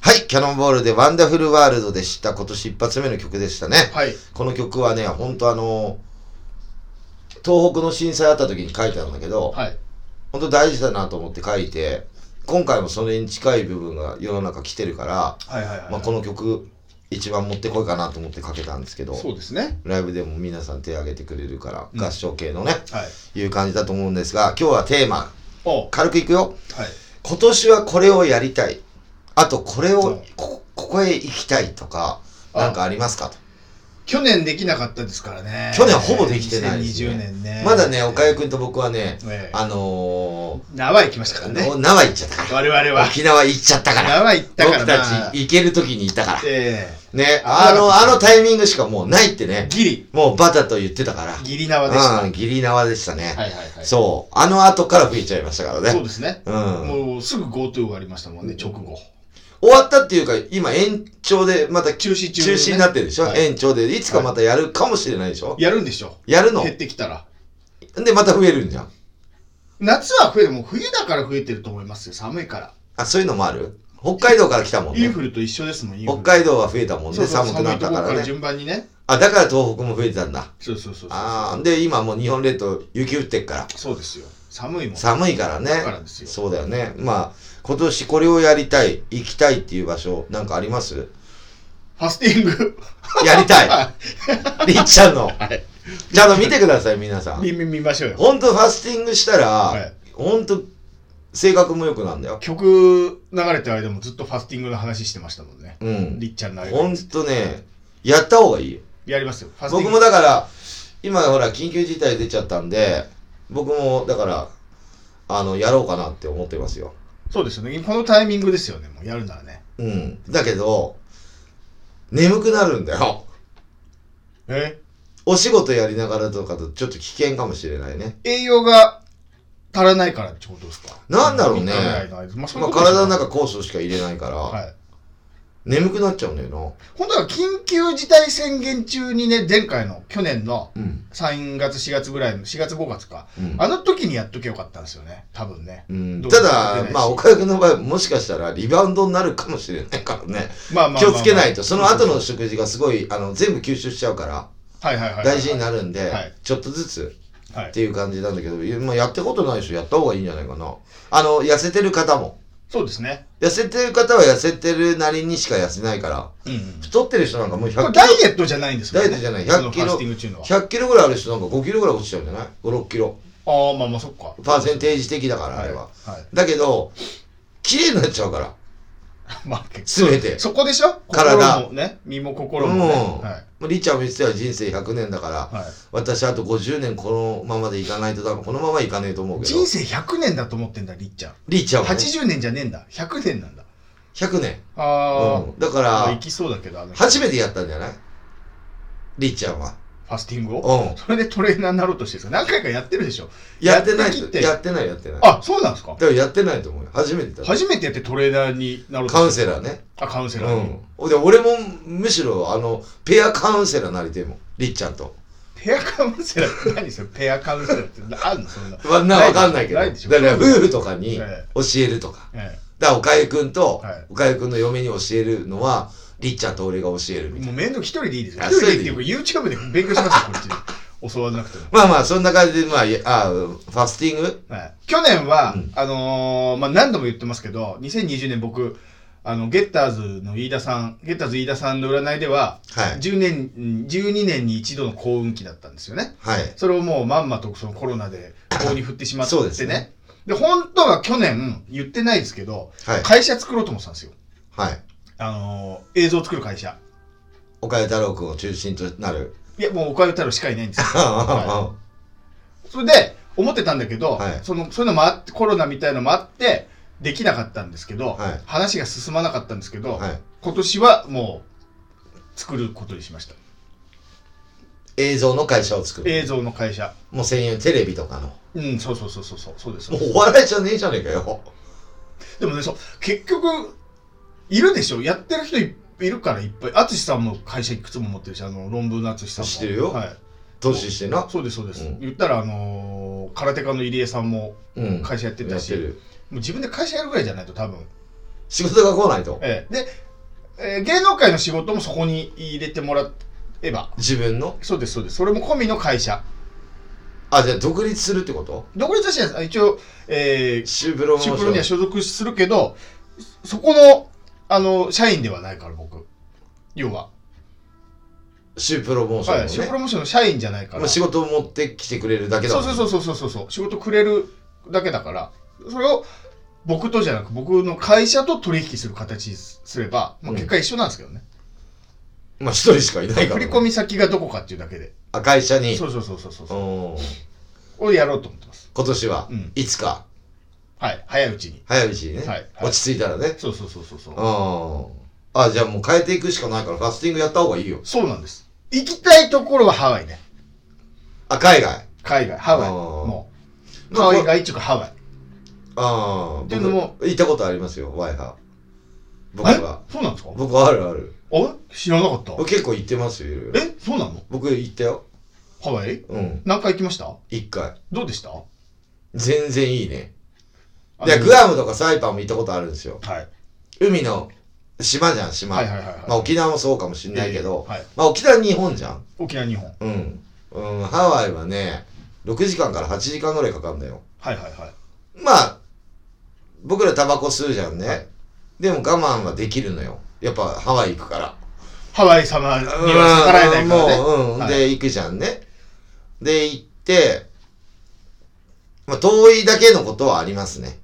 Speaker 1: はい、キャノンボールでワンダフルワールドでした。今年一発目の曲でしたね。
Speaker 2: はい。
Speaker 1: この曲はね、ほんとあの、東北の震災あった時に書いてあるんだけど、
Speaker 2: はい。
Speaker 1: ほんと大事だなと思って書いて、今回もそれに近い部分が世の中来てるから、
Speaker 2: はいはいはい。
Speaker 1: まあ、この曲一番持ってこいかなと思ってかけたんですけど、
Speaker 2: そうですね。
Speaker 1: ライブでも皆さん手挙げてくれるから、
Speaker 2: うん
Speaker 1: 合唱系のね、
Speaker 2: はい。
Speaker 1: いう感じだと思うんですが、今日はテーマ、
Speaker 2: おう
Speaker 1: 軽くいくよ。
Speaker 2: はい。
Speaker 1: 今年はこれをやりたい。あと、これ
Speaker 2: う
Speaker 1: を
Speaker 2: ん、
Speaker 1: こ、ここへ行きたいとか、
Speaker 2: あ
Speaker 1: なんかありますかと。
Speaker 2: 去年できなかったですからね。
Speaker 1: 去年ほぼできてないですね
Speaker 2: 2020年ね。
Speaker 1: まだね、岡井くんと僕はね、
Speaker 2: ええ
Speaker 1: あの
Speaker 2: 縄行きましたから
Speaker 1: ー、
Speaker 2: ね
Speaker 1: お。縄行っちゃったか
Speaker 2: 我々
Speaker 1: ら。
Speaker 2: は。
Speaker 1: 沖縄行っちゃったから。
Speaker 2: 縄行ったから
Speaker 1: 僕た
Speaker 2: な
Speaker 1: ち行ける時に行ったから。
Speaker 2: え
Speaker 1: ね、
Speaker 2: あ
Speaker 1: あの、あのタイミングしかもうないって
Speaker 2: え
Speaker 1: ね。
Speaker 2: ギリ。
Speaker 1: もうバタと言ってたから。
Speaker 2: ギリ縄でした。は
Speaker 1: うん、ギリ縄でしたね。
Speaker 2: いはいはい。
Speaker 1: そう。あの後から増えちゃいましたからね。
Speaker 2: そうですね。
Speaker 1: うん。
Speaker 2: もうすぐ GoTo がありましたもんね、直後。
Speaker 1: 終わったっていうか、今延長で、また
Speaker 2: 中止中、
Speaker 1: 中止になってるでしょ、
Speaker 2: はい
Speaker 1: 延長で。いつかまたやるかもしれないでしょ、
Speaker 2: やるんでしょ。
Speaker 1: やるの
Speaker 2: 減ってきたら。
Speaker 1: で、また増えるんじゃん。
Speaker 2: 夏は増えても、冬だから増えてると思いますよ。寒いから。
Speaker 1: あ、そういうのもある北海道から来たもん
Speaker 2: イン
Speaker 1: ね。
Speaker 2: フルと一緒ですもん、インフ
Speaker 1: 北
Speaker 2: ル。
Speaker 1: 海道は増えたもん
Speaker 2: そ
Speaker 1: ね。
Speaker 2: うそう
Speaker 1: 寒くなったか
Speaker 2: 寒いとこからら
Speaker 1: ね。
Speaker 2: 順番にね。
Speaker 1: あ、だから東北も増えてたんだ。
Speaker 2: そうそうそうそう。
Speaker 1: ああ、で、今もう日本列島雪降ってっから。
Speaker 2: そうですよ。寒いもん。
Speaker 1: 寒いからね
Speaker 2: だからですよ
Speaker 1: そうだよね。まあ、今年これをやりたい、行きたいっていう場所、なんかあります
Speaker 2: ファスティン *laughs* グ。
Speaker 1: やりたい
Speaker 2: *laughs* は
Speaker 1: りっちゃんの。
Speaker 2: い。
Speaker 1: ちゃんと見てください、皆さん。
Speaker 2: 見、見見ましょうよ。
Speaker 1: ほんとファスティングしたら、
Speaker 2: い
Speaker 1: ほんと性格も良くなるんだよ。
Speaker 2: 曲流れてる間もずっとファスティングの話してましたもんね。
Speaker 1: うん。
Speaker 2: りっちゃんのあれ
Speaker 1: ほんとね、やった方がいいよ。
Speaker 2: やりますよ。ファスティン
Speaker 1: 僕
Speaker 2: グ。
Speaker 1: もだから、今ほら、緊急事態出ちゃったんで、僕もだから、あの、やろうかなって思ってますよ。
Speaker 2: そうですよね。このタイミングですよね。もうやるならね。
Speaker 1: うん。だけど、眠くなるんだよ。
Speaker 2: え
Speaker 1: お仕事やりながらとかとちょっと危険かもしれないね。
Speaker 2: 栄養が足らないからってことですか
Speaker 1: なんだろうね
Speaker 2: 三日ぐらいの間まあ、そうい
Speaker 1: ま
Speaker 2: う
Speaker 1: あ、
Speaker 2: ことでしょう
Speaker 1: 体の中酵素しか入れないから、
Speaker 2: はい。
Speaker 1: 眠くなっちゃうんだよ
Speaker 2: 本当は緊急事態宣言中にね、前回の、去年の
Speaker 1: な。うん。
Speaker 2: 3月、4月ぐらいの、4月、5月か。
Speaker 1: うん
Speaker 2: あの時にやっときゃよかったんですよね。多分ね。
Speaker 1: うん、
Speaker 2: どう
Speaker 1: た
Speaker 2: 出
Speaker 1: だ
Speaker 2: ない、し
Speaker 1: まあ、岡井君の場合、もしかしたらリバウンドになるかもしれないからね、
Speaker 2: まあまあまあまあ
Speaker 1: 気をつけないと、その後の食事がすごい、あの全部吸収しちゃうから、
Speaker 2: はいはいはいはい。
Speaker 1: 大事になるんで
Speaker 2: はい、
Speaker 1: ちょっとずつ
Speaker 2: は
Speaker 1: っ
Speaker 2: い。
Speaker 1: ていう感じなんだけど、いやまあ、やったことないでしょ、やった方がいいんじゃないかな。あの、痩せてる方も。
Speaker 2: そうですね。
Speaker 1: 痩せてる方は痩せてるなりにしか痩せないから、
Speaker 2: うんうん。
Speaker 1: 太ってる人なんかもう100キ
Speaker 2: こ
Speaker 1: ロ
Speaker 2: れ、ダイエットじゃないんですよ、ね。
Speaker 1: ダイエットじゃない
Speaker 2: そ
Speaker 1: 100
Speaker 2: の
Speaker 1: キロ
Speaker 2: ファスティングっていうのは。
Speaker 1: 100キロぐらいある人なんか5キロぐらい落ちちゃうんじゃない ?5、6キロ。
Speaker 2: ああ、まあまあそっか。
Speaker 1: パーセンテージ的だから、あれは。
Speaker 2: はい。はい
Speaker 1: だけど、綺麗になっちゃうから、
Speaker 2: まあ結
Speaker 1: すべて。
Speaker 2: そこでしょ
Speaker 1: 体
Speaker 2: 心もね、身も心
Speaker 1: うん
Speaker 2: もね。は
Speaker 1: まありっちゃんも言ってたよ人生100年だから、
Speaker 2: い。はい。
Speaker 1: 私あと50年このままでいかないと多分このままいかねえと思うけど
Speaker 2: 人生100年だと思ってんだ、りっちゃん。
Speaker 1: りっちゃんも、ね、
Speaker 2: 80年じゃねえんだ。100年なんだ。
Speaker 1: 100年、
Speaker 2: あ
Speaker 1: うん、だか
Speaker 2: あ、行
Speaker 1: ら
Speaker 2: きそうだけど、あの人
Speaker 1: 初めてやったんじゃないりっちゃんは
Speaker 2: ファスティングを。
Speaker 1: うん
Speaker 2: それでトレーナーになろうとしてるんですか何回かやってるでしょ
Speaker 1: やってない
Speaker 2: やってき
Speaker 1: と
Speaker 2: て
Speaker 1: やってないやってないだか
Speaker 2: あ、そうなんですから
Speaker 1: やってないと思うよ初めてだ
Speaker 2: 初めてやってトレーナーになろうと
Speaker 1: カウン
Speaker 2: セ
Speaker 1: セラーね
Speaker 2: ラー。あ、カウンセラーに。
Speaker 1: うんで俺もむしろあのペアカウンセラーなりてえもんりっちゃんと
Speaker 2: ペアカウンセラーって何それペアカウンセラーってあんのそんな。
Speaker 1: わなわかんないけど
Speaker 2: ないでしょ
Speaker 1: だから夫婦とかに教
Speaker 2: え
Speaker 1: えるとか、
Speaker 2: え
Speaker 1: だから岡井くんと
Speaker 2: はい
Speaker 1: 岡井くんの嫁に教えるのはりっちゃんと俺が教えるみたい
Speaker 2: え
Speaker 1: な
Speaker 2: もう面倒一人でいいですよ。
Speaker 1: あ
Speaker 2: 一人でいいって
Speaker 1: 一人
Speaker 2: いうか YouTube で勉強しますよ、こっちで。教わらなくても。
Speaker 1: まあまあ、そんな感じで、まあ、いやあファスティング
Speaker 2: はい、去年は、
Speaker 1: うん
Speaker 2: あのーまあ、何度も言ってますけど、2020年僕、あの、ゲッターズの飯田さん、ゲッターズ飯田さんの占いでは、
Speaker 1: はい
Speaker 2: 10年、うん12年に一度の幸運期だったんですよね。
Speaker 1: はい。
Speaker 2: それをもうまんまとそのコロナで棒に振ってしまって
Speaker 1: そうですね
Speaker 2: ね。で、本当は去年、言ってないですけど、
Speaker 1: はい。
Speaker 2: 会社作ろうと思ってたんですよ。
Speaker 1: はい。
Speaker 2: あのー映像作る会社。
Speaker 1: 岡谷太郎くんを中心となる。
Speaker 2: いや、もうおかゆ太郎しかいないんですよ。
Speaker 1: は
Speaker 2: それで、思ってたんだけど、
Speaker 1: はい
Speaker 2: その、そういうのもあって、コロナみたいのもあって、できなかったんですけど、
Speaker 1: はい
Speaker 2: 話が進まなかったんですけど、
Speaker 1: *laughs* はい
Speaker 2: 今年はもう、作ることにしました。
Speaker 1: い。映像の会社を作る。
Speaker 2: 映像の会社。
Speaker 1: もう専用テレビとかの。
Speaker 2: うん、そうそうそうそうそう、そうです。そう
Speaker 1: も
Speaker 2: で
Speaker 1: うお笑いじゃねえじゃねえかよ。
Speaker 2: すでもね、そう、結局、いるでしょやってる人いいるからいっぱい。淳さんも会社いくつも持ってるし、あの、論文の淳さんも。
Speaker 1: 知ってるよ
Speaker 2: はい。
Speaker 1: 年してな。
Speaker 2: そうです、そうです。
Speaker 1: うん
Speaker 2: 言ったら、あのー空手家の入江さんも
Speaker 1: うん。
Speaker 2: 会社やってたし、
Speaker 1: やってる。
Speaker 2: もう自分で会社やるぐらいじゃないと多分
Speaker 1: 仕事が来ないと。
Speaker 2: ええで、えー芸能界の仕事もそこに入れてもらえば
Speaker 1: 自分の
Speaker 2: そうですそうですそれも込みの会社
Speaker 1: あ、じゃあ独立するってこと
Speaker 2: 独立はしてないです一応、えー、シ
Speaker 1: シュプロモーシ
Speaker 2: ュプロには
Speaker 1: ョン。
Speaker 2: 所属するけどそこのあの社員ではないから僕要は、
Speaker 1: シュプロモーション
Speaker 2: は
Speaker 1: の
Speaker 2: い、シュプ
Speaker 1: ね
Speaker 2: ロモーションの社員じゃないから
Speaker 1: まあ、仕事を持ってきてくれるだけだ
Speaker 2: そ
Speaker 1: も
Speaker 2: うん
Speaker 1: ね
Speaker 2: そうそうそうそうそう仕事くれるだけだからそれを僕とじゃなく僕の会社と取引する形にすれば、まあ、
Speaker 1: うん
Speaker 2: 結果一緒なんですけどね、
Speaker 1: まあ一人しかいないか
Speaker 2: 振
Speaker 1: ら、
Speaker 2: り込み先がどこかっていうだけで
Speaker 1: あ、会社に。
Speaker 2: そうそうそうそうそうそう
Speaker 1: うん
Speaker 2: をやろうと思ってます
Speaker 1: 今年は
Speaker 2: うん、
Speaker 1: いつか、
Speaker 2: はい早いうちに
Speaker 1: 早いうちにね、
Speaker 2: はいはい
Speaker 1: 落ち着いたらね。
Speaker 2: そうそうそうそうそう
Speaker 1: うん。あ、じゃあもう変えていくしかないから、ファスティングやった方がいいよ。
Speaker 2: そうなんです行きたいところはハワイね
Speaker 1: あ、海外。
Speaker 2: 海外ハワイ
Speaker 1: あー
Speaker 2: もう
Speaker 1: まあ
Speaker 2: 海外中華ハワイ
Speaker 1: ああ。
Speaker 2: っていうのも
Speaker 1: 僕行ったことありますよ、ワイハ。僕
Speaker 2: え
Speaker 1: は。
Speaker 2: そうなんですか
Speaker 1: 僕はあるある。
Speaker 2: あ知らなかった
Speaker 1: 僕結構行ってますよ、いろいろ。
Speaker 2: えそうなの
Speaker 1: 僕行ったよ。
Speaker 2: ハワイ
Speaker 1: うん。
Speaker 2: 何回行きました
Speaker 1: 一回。
Speaker 2: どうでした
Speaker 1: 全然いいね。
Speaker 2: あ
Speaker 1: で、
Speaker 2: の
Speaker 1: グアムとかサイパンも行ったことあるんですよ。
Speaker 2: はい
Speaker 1: 海の島じゃん、島。
Speaker 2: はいはいはいはい
Speaker 1: まあ沖縄もそうかもしんないけど、
Speaker 2: ええはい
Speaker 1: まあ沖縄日本じゃん。
Speaker 2: 沖縄日本
Speaker 1: うん。うん、ハワイはね、6時間から8時間ぐらいかかるんだよ。
Speaker 2: はいはいはい
Speaker 1: まあ、僕らタバコ吸うじゃんね。でも我慢はできるのよ。やっぱハワイ行くから。
Speaker 2: ハワイ様には逆らえないからね。
Speaker 1: もう、うん、
Speaker 2: はい
Speaker 1: で、行くじゃんね。で、行って、まあ、遠いだけのことはありますね。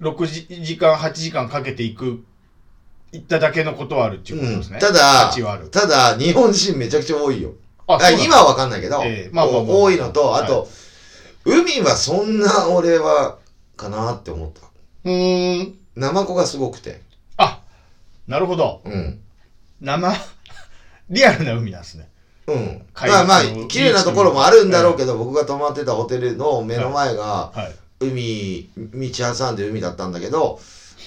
Speaker 2: 6時間、8時間かけて行く、行っただけのことはあるっていうことですね。
Speaker 1: うん、た
Speaker 2: 価
Speaker 1: だ
Speaker 2: 値はある、。
Speaker 1: ただ、日本人めちゃくちゃ多いよ。
Speaker 2: あ
Speaker 1: あ
Speaker 2: そうなんだ
Speaker 1: 今はわかんないけど、
Speaker 2: ええまあまあまあ
Speaker 1: お多いのと、
Speaker 2: はい
Speaker 1: あと、海はそんな俺は、かなって思った。
Speaker 2: うーん。
Speaker 1: ナマコがすごくて。
Speaker 2: あ、なるほど。
Speaker 1: うん。
Speaker 2: 生、 *laughs* リアルな海なんですね。
Speaker 1: うん。
Speaker 2: 海
Speaker 1: まあまあ
Speaker 2: その、
Speaker 1: 綺麗なところもあるんだろうけど、僕が泊まってたホテルの目の前が、
Speaker 2: はい。
Speaker 1: 海、道挟んで海だったんだけど、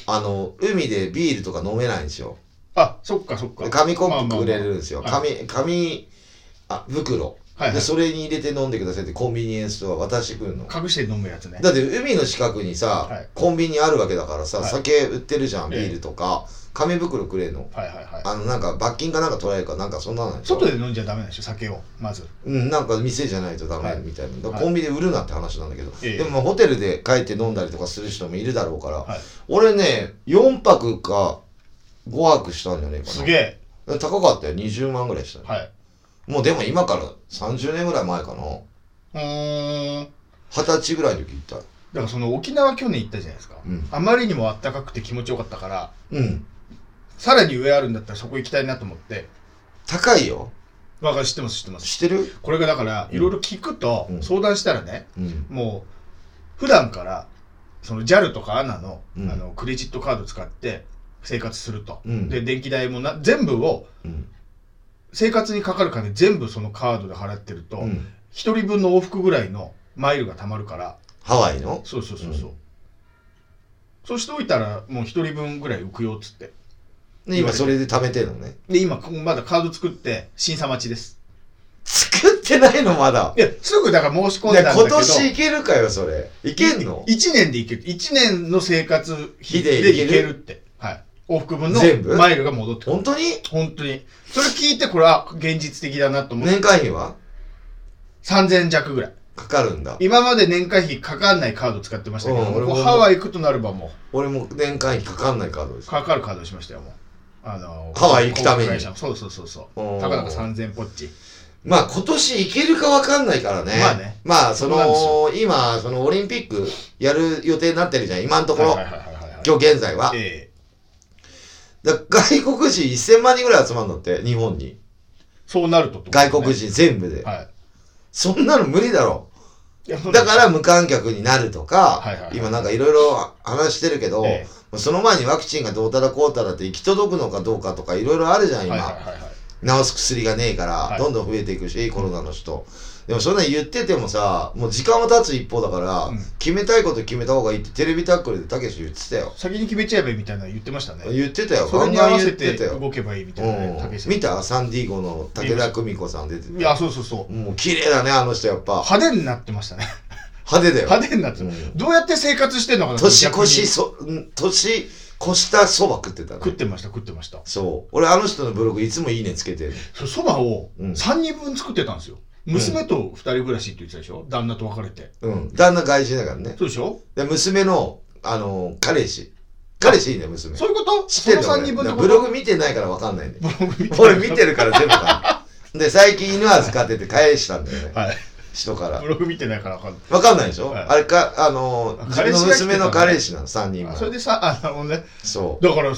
Speaker 1: あの、海でビールとか飲めないんですよ。
Speaker 2: あ、そっかそっか
Speaker 1: で。紙コップくれるんですよ。
Speaker 2: まあまあまあ
Speaker 1: 紙、紙、あ、袋。
Speaker 2: はいはい
Speaker 1: で、それに入れて飲んでくださいってコンビニエンスストア渡してくるの。
Speaker 2: 隠して飲むやつね。
Speaker 1: だって海の近くにさ、
Speaker 2: はい
Speaker 1: コンビニあるわけだからさ、
Speaker 2: はい
Speaker 1: 酒売ってるじゃん、ビ
Speaker 2: ええ
Speaker 1: ールとか。紙袋くれんの。
Speaker 2: はいはいはい。
Speaker 1: あの、なんか罰金かなんか取られるかなんかそんなのでしょ
Speaker 2: 外で飲んじゃダメなんでしょ、酒を。まず。
Speaker 1: うん、なんか店じゃないとダメ
Speaker 2: はい
Speaker 1: みたいな、だから
Speaker 2: はい
Speaker 1: コンビニで売るなって話なんだけど、
Speaker 2: ええ
Speaker 1: でもまあホテルで帰って飲んだりとかする人もいるだろうから、
Speaker 2: はい
Speaker 1: 俺ね4泊か5泊したんじゃねえかな
Speaker 2: すげえ。
Speaker 1: 高かったよ20万ぐらいしたよ、
Speaker 2: はい。
Speaker 1: もうでも今から30年ぐらい前かな
Speaker 2: うーん。
Speaker 1: 二十歳ぐらいの時行った
Speaker 2: だからその沖縄去年行ったじゃないですか。
Speaker 1: うん
Speaker 2: あまりにもあったかくて気持ちよかったから、
Speaker 1: うん
Speaker 2: さらに上あるんだったらそこ行きたいなと思って、
Speaker 1: 高いよ
Speaker 2: わかる知ってます知ってます
Speaker 1: 知ってる
Speaker 2: これがだからいろいろ聞くと
Speaker 1: うん
Speaker 2: 相談したらね、
Speaker 1: うん
Speaker 2: もう普段からその JAL とか ANA の,、
Speaker 1: うん
Speaker 2: あのクレジットカード使って生活すると、
Speaker 1: うん
Speaker 2: で電気代もな全部を
Speaker 1: うん
Speaker 2: 生活にかかる金全部そのカードで払ってると
Speaker 1: う
Speaker 2: 1
Speaker 1: ん
Speaker 2: 人分の往復ぐらいのマイルが貯まるから
Speaker 1: ハワイの
Speaker 2: そうそうそうそう、そうしておいたらもう1人分ぐらい浮くよっつって
Speaker 1: で今それで貯めてるのね
Speaker 2: で今ここまだカード作って審査待ちです
Speaker 1: 作ってないのまだ
Speaker 2: いやすぐだから申し込ん
Speaker 1: い
Speaker 2: だん
Speaker 1: や
Speaker 2: だけど
Speaker 1: 今年行けるかよそれ行けんの
Speaker 2: ?1 年でいける。1年の生活費
Speaker 1: で
Speaker 2: で
Speaker 1: いける
Speaker 2: いけるって。はい。往復分の
Speaker 1: 全部
Speaker 2: マイルが戻ってくる。
Speaker 1: 本当に
Speaker 2: 本当に。それ聞いて、これは現実的だなと思って。
Speaker 1: 年会費は
Speaker 2: 3000弱ぐらい。
Speaker 1: かかるんだ
Speaker 2: 今まで年会費かかんないカード使ってましたけど、
Speaker 1: うん俺も
Speaker 2: ここハワイ行くとなればも
Speaker 1: 俺も年間費かかんないカードで
Speaker 2: う、
Speaker 1: す
Speaker 2: かかるカードにしましたよ、もう。あの、
Speaker 1: ハワイ行くために
Speaker 2: 航空会社のそうそうそうそう。
Speaker 1: おー
Speaker 2: たかだか3000ポッチ。
Speaker 1: まあ今年行けるかわかんないからね
Speaker 2: まあね
Speaker 1: まあそ
Speaker 2: そうなんです
Speaker 1: の今そのオリンピックやる予定になってるじゃん今のところ、
Speaker 2: はいはいはいはいはい。
Speaker 1: 今日現在は、
Speaker 2: ええ
Speaker 1: だ外国人1000万人ぐらい集まるんだって日本に
Speaker 2: そうなるとってことね
Speaker 1: 外国。人全部で、
Speaker 2: は
Speaker 1: そんなの無理だろ
Speaker 2: い。いやそうな
Speaker 1: だ
Speaker 2: んです
Speaker 1: から無観客になるとか、
Speaker 2: はいはいはい
Speaker 1: 今なんかいろいろ話してるけど、
Speaker 2: え
Speaker 1: その前にワクチンがどうたらこうたらって行き届くのかどうかとかいろいろあるじゃん今、
Speaker 2: はいはいはいはい。
Speaker 1: 治す薬がねえから、
Speaker 2: はい
Speaker 1: どんどん増えていくし、コロナの人。でもそんなん言っててもさ、もう時間は経つ一方だから、
Speaker 2: うん
Speaker 1: 決めたいこと決めた方がいいってテレビタックルでたけし言ってたよ。
Speaker 2: 先に決めちゃえばいいみたいなの言ってましたね。
Speaker 1: 言ってたよ。
Speaker 2: それに合
Speaker 1: ガンガン
Speaker 2: わせ
Speaker 1: 言
Speaker 2: て
Speaker 1: ってたよ。
Speaker 2: 動けばいいみたいなね、
Speaker 1: う
Speaker 2: 武
Speaker 1: ん
Speaker 2: 井、さん
Speaker 1: 見たサンディーゴの武田久美子さん出て
Speaker 2: い
Speaker 1: て。
Speaker 2: や、そうそうそう。
Speaker 1: もう綺麗だね、あの人やっぱ。
Speaker 2: 派手になってましたね。
Speaker 1: 派手だよ。
Speaker 2: 派手になってま
Speaker 1: う
Speaker 2: し
Speaker 1: ん
Speaker 2: た。どうやって生活してんのかな
Speaker 1: 年越し
Speaker 2: 逆
Speaker 1: そ、ん年こしたそば食ってた
Speaker 2: 食っ
Speaker 1: ね。
Speaker 2: てました食ってました
Speaker 1: そう。俺あの人のブログいつもいいねつけてる。
Speaker 2: そそばを
Speaker 1: うん
Speaker 2: 3人分作ってたんですよ、娘と2人暮らしって言ってたでしょ旦那と別れて
Speaker 1: うん。旦那外人だからね。
Speaker 2: そうでしょ
Speaker 1: で、娘の、あの、彼氏。彼氏いいね、娘。
Speaker 2: そういうこと
Speaker 1: 知ってる
Speaker 2: その3人分って
Speaker 1: の
Speaker 2: こ
Speaker 1: ブ
Speaker 2: と
Speaker 1: ログ見てないからわかんないね。
Speaker 2: ブログ見て
Speaker 1: 俺見てるから全部か。で、最近犬預かってて返したんだよね。
Speaker 2: はい
Speaker 1: 人から
Speaker 2: ブ。ログ見てないから分かんない
Speaker 1: わかんないでしょ、
Speaker 2: はい
Speaker 1: あれか、あの、
Speaker 2: あ
Speaker 1: 自分の娘の彼氏なの、3人
Speaker 2: あ
Speaker 1: は。
Speaker 2: それでさああのね
Speaker 1: そう。
Speaker 2: だから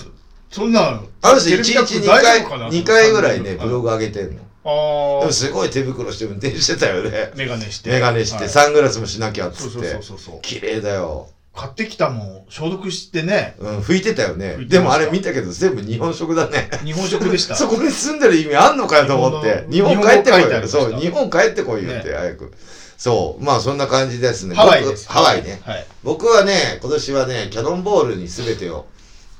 Speaker 2: そんな
Speaker 1: ある人1
Speaker 2: テレビ局
Speaker 1: 日2
Speaker 2: 大
Speaker 1: 回、
Speaker 2: 丈夫かな
Speaker 1: 2回ぐらいね、ブロ
Speaker 2: グ
Speaker 1: グ上げてんの。で
Speaker 2: あ
Speaker 1: も
Speaker 2: あ
Speaker 1: すごい手袋して運転してたよ
Speaker 2: *laughs*
Speaker 1: ね。
Speaker 2: メガネして
Speaker 1: メガネして、
Speaker 2: はい
Speaker 1: サングラスもしなきゃっ
Speaker 2: そ
Speaker 1: つ
Speaker 2: うそ
Speaker 1: っ
Speaker 2: うそ
Speaker 1: て
Speaker 2: う。そうそう
Speaker 1: 綺麗だよ。
Speaker 2: 買ってきたもん消毒してね
Speaker 1: うん、拭いてたよ
Speaker 2: 拭いて
Speaker 1: ね。
Speaker 2: ました
Speaker 1: でもあれ見たけど、全部日本食だね。
Speaker 2: 日本食でした
Speaker 1: *laughs* そこに住んでる意味あんのかよと思って。日
Speaker 2: 日
Speaker 1: 本
Speaker 2: 本語
Speaker 1: 帰ってこい
Speaker 2: 日本語
Speaker 1: よ。
Speaker 2: 書いてありました
Speaker 1: そう、日本帰ってこいよって、
Speaker 2: ね
Speaker 1: 早く。そう、まあそんな感じですね。
Speaker 2: ハワイです
Speaker 1: 僕ハワイね。
Speaker 2: はい
Speaker 1: 僕はね、今年はね、キャノンボールに全てを、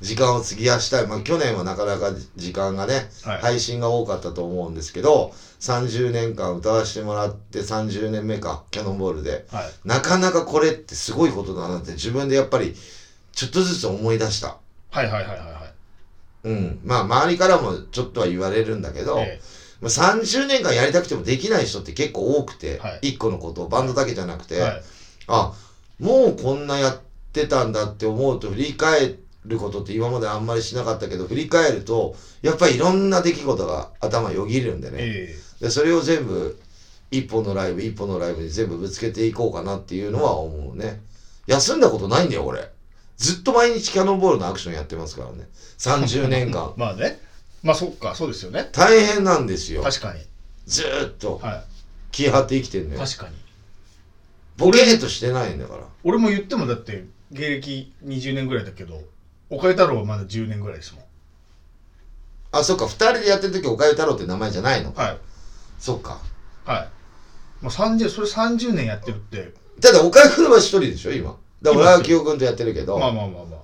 Speaker 1: 時間を費やしたい。まあ去年はなかなか時間がね、
Speaker 2: はい
Speaker 1: 配信が多かったと思うんですけど、30年間歌わせてもらって30年目か、キャノンボールで。
Speaker 2: はい
Speaker 1: なかなかこれってすごいことだなって自分でやっぱり、ちょっとずつ思い出した。
Speaker 2: はいはいはいはいはい
Speaker 1: うん。まあ、周りからもちょっとは言われるんだけど、
Speaker 2: え
Speaker 1: まあ、30年間やりたくてもできない人って結構多くて、
Speaker 2: はい
Speaker 1: 1個のことを、バンドだけじゃなくて、
Speaker 2: えはい
Speaker 1: あ、もうこんなやってたんだって思うと、振り返ることって今まであんまりしなかったけど、振り返ると、やっぱりいろんな出来事が頭よぎるんでね。
Speaker 2: え
Speaker 1: でそれを全部、一本のライブ、一本のライブに全部ぶつけていこうかなっていうのは思うね。休んだことないんだよ、俺。ずっと毎日キャノンボールのアクションやってますからね。30年間
Speaker 2: え。まあねまあそっかそうですよね
Speaker 1: 大変なんですよ。
Speaker 2: 確かに
Speaker 1: ずーっと
Speaker 2: は
Speaker 1: 気張って生きてん
Speaker 2: い
Speaker 1: のよ。
Speaker 2: 確かに
Speaker 1: ボケーっとしてないんだから。
Speaker 2: 俺も言ってもだって芸歴20年ぐらいだけど岡井太郎はまだ10年ぐらいですもん
Speaker 1: あ、そっか、二人でやってる時、おかゆ太郎って名前じゃないのか。
Speaker 2: はい
Speaker 1: そっか。
Speaker 2: はいもう30それ30年やってるって
Speaker 1: ただ、おかゆくんは一人でしょ、今。だから、俺
Speaker 2: 今
Speaker 1: は清くんとやってるけど、
Speaker 2: まあまあまあまあ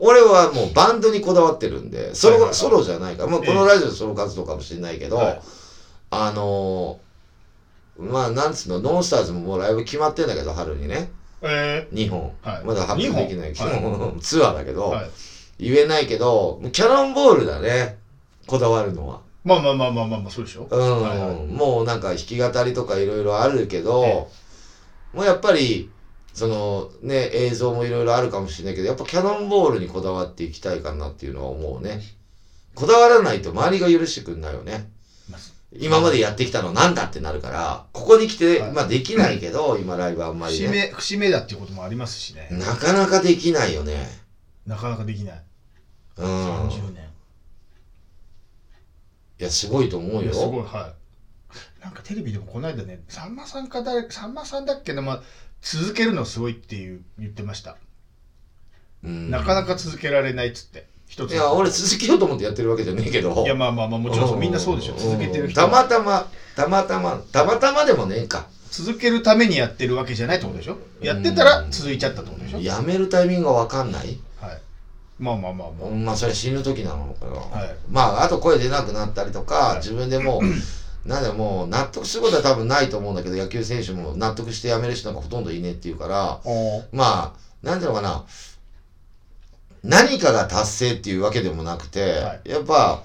Speaker 1: 俺はもうバンドにこだわってるんで、ソロ、
Speaker 2: はいはいはい
Speaker 1: ソロじゃないから、まあ、
Speaker 2: ええ
Speaker 1: このラジオソロ活動かもしれないけど、
Speaker 2: はい
Speaker 1: あのーまあ、なんつうの、ノンスターズももうライブ決まってんだけど、春にね。
Speaker 2: え
Speaker 1: 2本。
Speaker 2: はい
Speaker 1: まだ発表できないけど、
Speaker 2: 二
Speaker 1: ツアーだけ
Speaker 2: え
Speaker 1: ど、
Speaker 2: はい
Speaker 1: 言えないけど、キャノンボールだね。こだわるのは。
Speaker 2: まあまあまあまあまあまあそうでしょ
Speaker 1: うん、
Speaker 2: はいはい
Speaker 1: もうなんか弾き語りとかいろいろあるけど、
Speaker 2: え
Speaker 1: もうやっぱり、そのね、映像もいろいろあるかもしれないけど、やっぱキャノンボールにこだわっていきたいかなっていうのは思うね。こだわらないと周りが許してくんないよね。
Speaker 2: まあ
Speaker 1: 今までやってきたのなんだってなるから、ここに来て、
Speaker 2: はい
Speaker 1: まあできないけど、今ライブあんまり
Speaker 2: 節
Speaker 1: ね。
Speaker 2: 目節目だっていうこともありますしね
Speaker 1: なかなかできないよね。
Speaker 2: なかなかできない
Speaker 1: うん。
Speaker 2: 30年
Speaker 1: いや、すごいと思う
Speaker 2: いやすご
Speaker 1: よ。
Speaker 2: いはいなんかテレビでもこの間ねさんまさんか誰さんまさんだっけな、まあ、続けるのすごいっていう言ってました、
Speaker 1: うん
Speaker 2: なかなか続けられないっつって一つ
Speaker 1: いや、俺続けようと思ってやってるわけじゃねえけど。
Speaker 2: いやまあまあまあもちろんそうみんなそうでしょ続けてる人
Speaker 1: た
Speaker 2: は
Speaker 1: またまたまたまたまたまでもねえか
Speaker 2: 続けるためにやってるわけじゃないってことでしょやってたら続いちゃったってことでしょ
Speaker 1: やめるタイミングがわかんない
Speaker 2: はいまあまあまあまあ
Speaker 1: まあそれは死ぬ時なのかな、
Speaker 2: はい
Speaker 1: まああと声出なくなったりとか、
Speaker 2: い
Speaker 1: 自分でもう
Speaker 2: *clears throat*
Speaker 1: なんでもう納得することは多分ないと思うんだけど野球選手も納得してやめる人がほとんどいねえっていうから
Speaker 2: おー
Speaker 1: まあなんていうのかな何かが達成っていうわけでもなくて、
Speaker 2: は
Speaker 1: やっぱ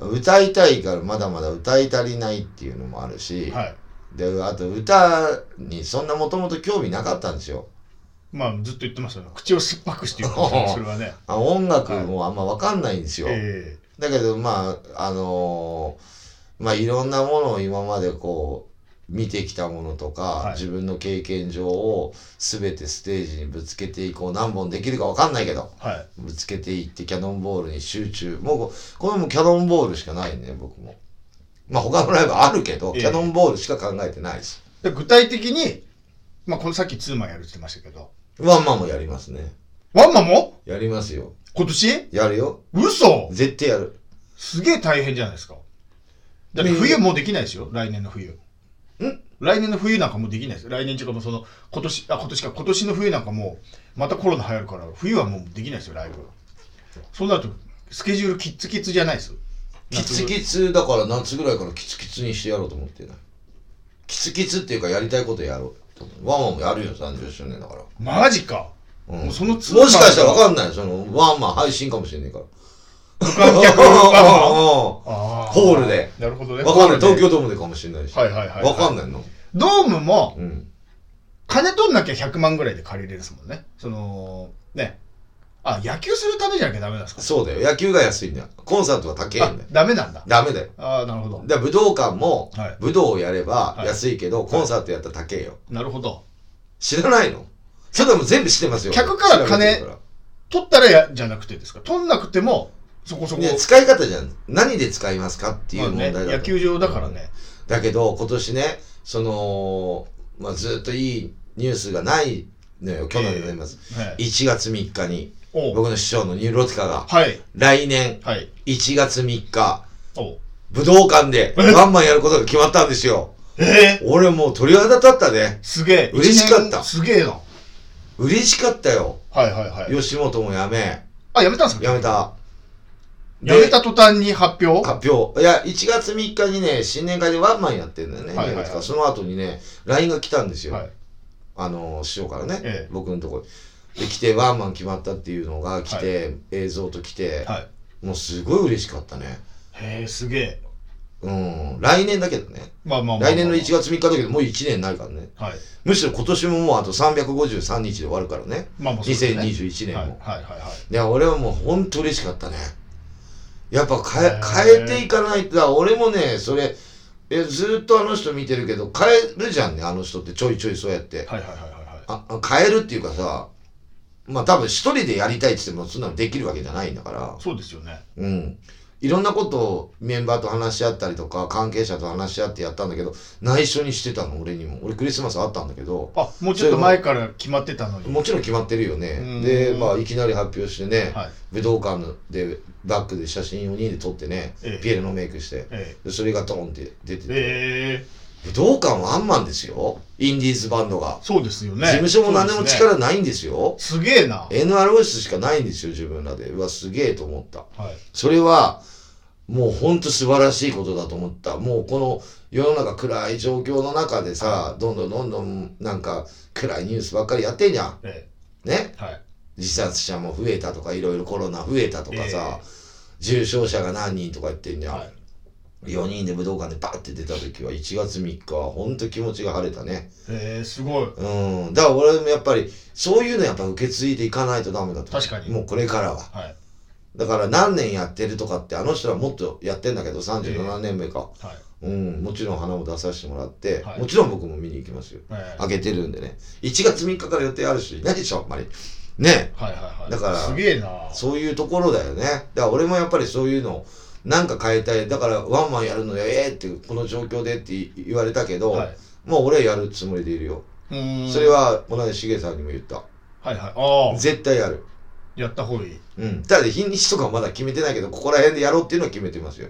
Speaker 1: 歌いたいからまだまだ歌い足りないっていうのもあるし、
Speaker 2: はい
Speaker 1: で、あと歌にそんなもともと興味なかったんですよ。
Speaker 2: まあずっと言ってましたね口を酸っぱくして言ってましたねそれはね
Speaker 1: あ音楽もあんまわかんないんですよ。
Speaker 2: え
Speaker 1: だけど、まあ、あのーまあいろんなものを今までこう、見てきたものとか、
Speaker 2: はい
Speaker 1: 自分の経験上を全てステージにぶつけていこう。何本できるかわかんないけど、
Speaker 2: えはい
Speaker 1: ぶつけていってキャノンボールに集中。もう、これもキャノンボールしかないね、僕も。まあ他のライブあるけど、
Speaker 2: ええ
Speaker 1: キャノンボールしか考えてないし。
Speaker 2: で具体的にまあこのさっきツーマンやるって言ってましたけど
Speaker 1: ワンマンもやりますね。
Speaker 2: ワンマンも
Speaker 1: やりますよ。
Speaker 2: 今年
Speaker 1: やるよ。
Speaker 2: 嘘
Speaker 1: 絶対やる。
Speaker 2: すげえ大変じゃないですかだって冬もうできないですよ来年の冬
Speaker 1: ん
Speaker 2: 来年の冬なんかもうできないです来年中かもうその今年あ今年か今年の冬なんかもうまたコロナ流行るから冬はもうできないですよライブそうなるとスケジュールキッツキツじゃないです
Speaker 1: キツ
Speaker 2: ツ
Speaker 1: キツだから夏ぐらいからキツキツにしてやろうと思ってない。キツキツっていうかやりたいことやろうと思う。ワンワンもやるよ、30周年だから。
Speaker 2: マジか
Speaker 1: うん、
Speaker 2: も
Speaker 1: も
Speaker 2: うその
Speaker 1: し
Speaker 2: ツーマン
Speaker 1: かしたらわかんない。その、ワンマン配信かもしれないから。
Speaker 2: 無観客
Speaker 1: うん
Speaker 2: は
Speaker 1: うん
Speaker 2: あー
Speaker 1: ホールで。
Speaker 2: なるほどね。
Speaker 1: わかんない。
Speaker 2: ホール
Speaker 1: 東
Speaker 2: で
Speaker 1: 京ドームでかもしれないし。
Speaker 2: はいはいはいはい
Speaker 1: わかんないの。
Speaker 2: ドームも、
Speaker 1: うん。
Speaker 2: 金取んなきゃ100万ぐらいで借りれるですもんね。その、ね。あ、野球するためじゃなきゃダメなんですか
Speaker 1: そうだよ。野球が安いんだよ。コンサートは高いんだ
Speaker 2: あ
Speaker 1: よ。、
Speaker 2: ダメなんだ。
Speaker 1: ダメだよ。
Speaker 2: ああ、なるほど。
Speaker 1: だから武道館も
Speaker 2: はい
Speaker 1: 武道をやれば
Speaker 2: はい
Speaker 1: 安いけど、コンサートやったら高えよ。
Speaker 2: なるほど。
Speaker 1: 知らないのそれでも全部知ってますよ。
Speaker 2: 客から金
Speaker 1: 調べてるか
Speaker 2: 取ったらや、じゃなくてですか取んなくても、そこそ
Speaker 1: ら
Speaker 2: こ。
Speaker 1: ね使い方じゃん。何で使いますかっていう問題だ
Speaker 2: ま
Speaker 1: と
Speaker 2: あね、野球場だからね。
Speaker 1: だけど、今年ね、その、まあ、ずっといいニュースがないのよ。去年でございます。
Speaker 2: はい。
Speaker 1: 1月3日に、
Speaker 2: おう
Speaker 1: 僕の師匠のニューロティカが、
Speaker 2: はい。
Speaker 1: 来年
Speaker 2: はい。
Speaker 1: 1月3日、
Speaker 2: おう
Speaker 1: 武道館でワンマンやることが決まったんですよ。
Speaker 2: ええ
Speaker 1: 俺もう鳥肌立ったね。
Speaker 2: すげえ。
Speaker 1: 嬉しかった
Speaker 2: 一年すげえな。
Speaker 1: 嬉しかったよ。
Speaker 2: はいはいはい。
Speaker 1: 吉本も辞め、
Speaker 2: あ、やめたんですか
Speaker 1: 辞め。た。
Speaker 2: やめた途端に発表
Speaker 1: 発表。いや、1月3日にね、新年会でワンマンやってんだよね。
Speaker 2: はいはいはい
Speaker 1: その後にね、LINE が来たんですよ。
Speaker 2: はい。
Speaker 1: あの、師匠からね、
Speaker 2: ええ
Speaker 1: 僕のとこに。で、来て、ワンマン決まったっていうのが来て、映像と来て、
Speaker 2: はい。
Speaker 1: もうすごい嬉しかったね。
Speaker 2: へえ、すげえ。
Speaker 1: うん。来年だけどね。
Speaker 2: まあまあまあまあ。
Speaker 1: 来年の1月3日だけど、もう1年になるからね。
Speaker 2: はい。
Speaker 1: むしろ今年ももうあと353日で終わるからね。
Speaker 2: まあまあそうですね
Speaker 1: 2021年も。
Speaker 2: はいはいはいはい。
Speaker 1: いや、俺はもう本当嬉しかったね。やっぱ変
Speaker 2: へ
Speaker 1: え
Speaker 2: ー
Speaker 1: 変えていかないと、だから俺もね、それ、えずーっとあの人見てるけど、変えるじゃんね、あの人ってちょいちょいそうやって。
Speaker 2: はいはいはいはい
Speaker 1: ああ変えるっていうかさ、まあ多分一人でやりたいって言っても、そんなのできるわけじゃないんだから。
Speaker 2: そうですよね
Speaker 1: うん。いろんなことをメンバーと話し合ったりとか、関係者と話し合ってやったんだけど、内緒にしてたの、俺にも。俺クリスマスあったんだけど、
Speaker 2: あもうちょっと前から決まってたのに
Speaker 1: もちろん決まってるよ
Speaker 2: う
Speaker 1: ね
Speaker 2: ん。
Speaker 1: で、まあいきなり発表してね、
Speaker 2: はい
Speaker 1: 武道館でバックで写真4人で撮ってね、
Speaker 2: ええ
Speaker 1: ピエロのメイクして、
Speaker 2: え
Speaker 1: でそれがドーンって出てて、
Speaker 2: えええ
Speaker 1: 武道館ワンマンですよインディーズバンドが、
Speaker 2: そうですよね
Speaker 1: 事務所も何でも
Speaker 2: そうすね
Speaker 1: 力ないんですよ
Speaker 2: すげえなはい
Speaker 1: NRS しかないんですよ自分らでうわすげえと思ったそれはもうほんと素晴らしいことだと思ったもうこの世の中暗い状況の中でさどんどんどんどんなんか暗いニュースばっかりやってんじゃん
Speaker 2: え
Speaker 1: ね
Speaker 2: えはい
Speaker 1: 自殺者も増えたとかいろいろコロナ増えたとかさ、重症者が何人とか言ってんじゃん、
Speaker 2: は
Speaker 1: 4人で武道館でバーって出た時は1月3日はほんと気持ちが晴れたね
Speaker 2: ええすごい
Speaker 1: うんだから俺もやっぱりそういうのやっぱ受け継いでいかないとダメだと
Speaker 2: 確かに
Speaker 1: もうこれからは
Speaker 2: はい
Speaker 1: だから何年やってるとかってあの人はもっとやってんだけど37年目か、
Speaker 2: はい
Speaker 1: うんもちろん花も出させてもらって、
Speaker 2: はい
Speaker 1: もちろん僕も見に行きますよ
Speaker 2: ええ
Speaker 1: あげてるんでね1月3日から予定ある人いないでしょあんまりねえ
Speaker 2: はいはいはい
Speaker 1: だから
Speaker 2: すげえな
Speaker 1: そういうところだよね。だから俺もやっぱりそういうの、なんか変えたい。だからワンマンやるのよ、ええって、この状況でって言われたけど、
Speaker 2: はい
Speaker 1: もう俺やるつもりでいるよ。
Speaker 2: うーん
Speaker 1: それは同じしげさんにも言った。
Speaker 2: はいはいああ
Speaker 1: 絶対やる。
Speaker 2: やった方がいい
Speaker 1: うん。ただ日にちとかまだ決めてないけど、ここら辺でやろうっていうのは決めてますよ。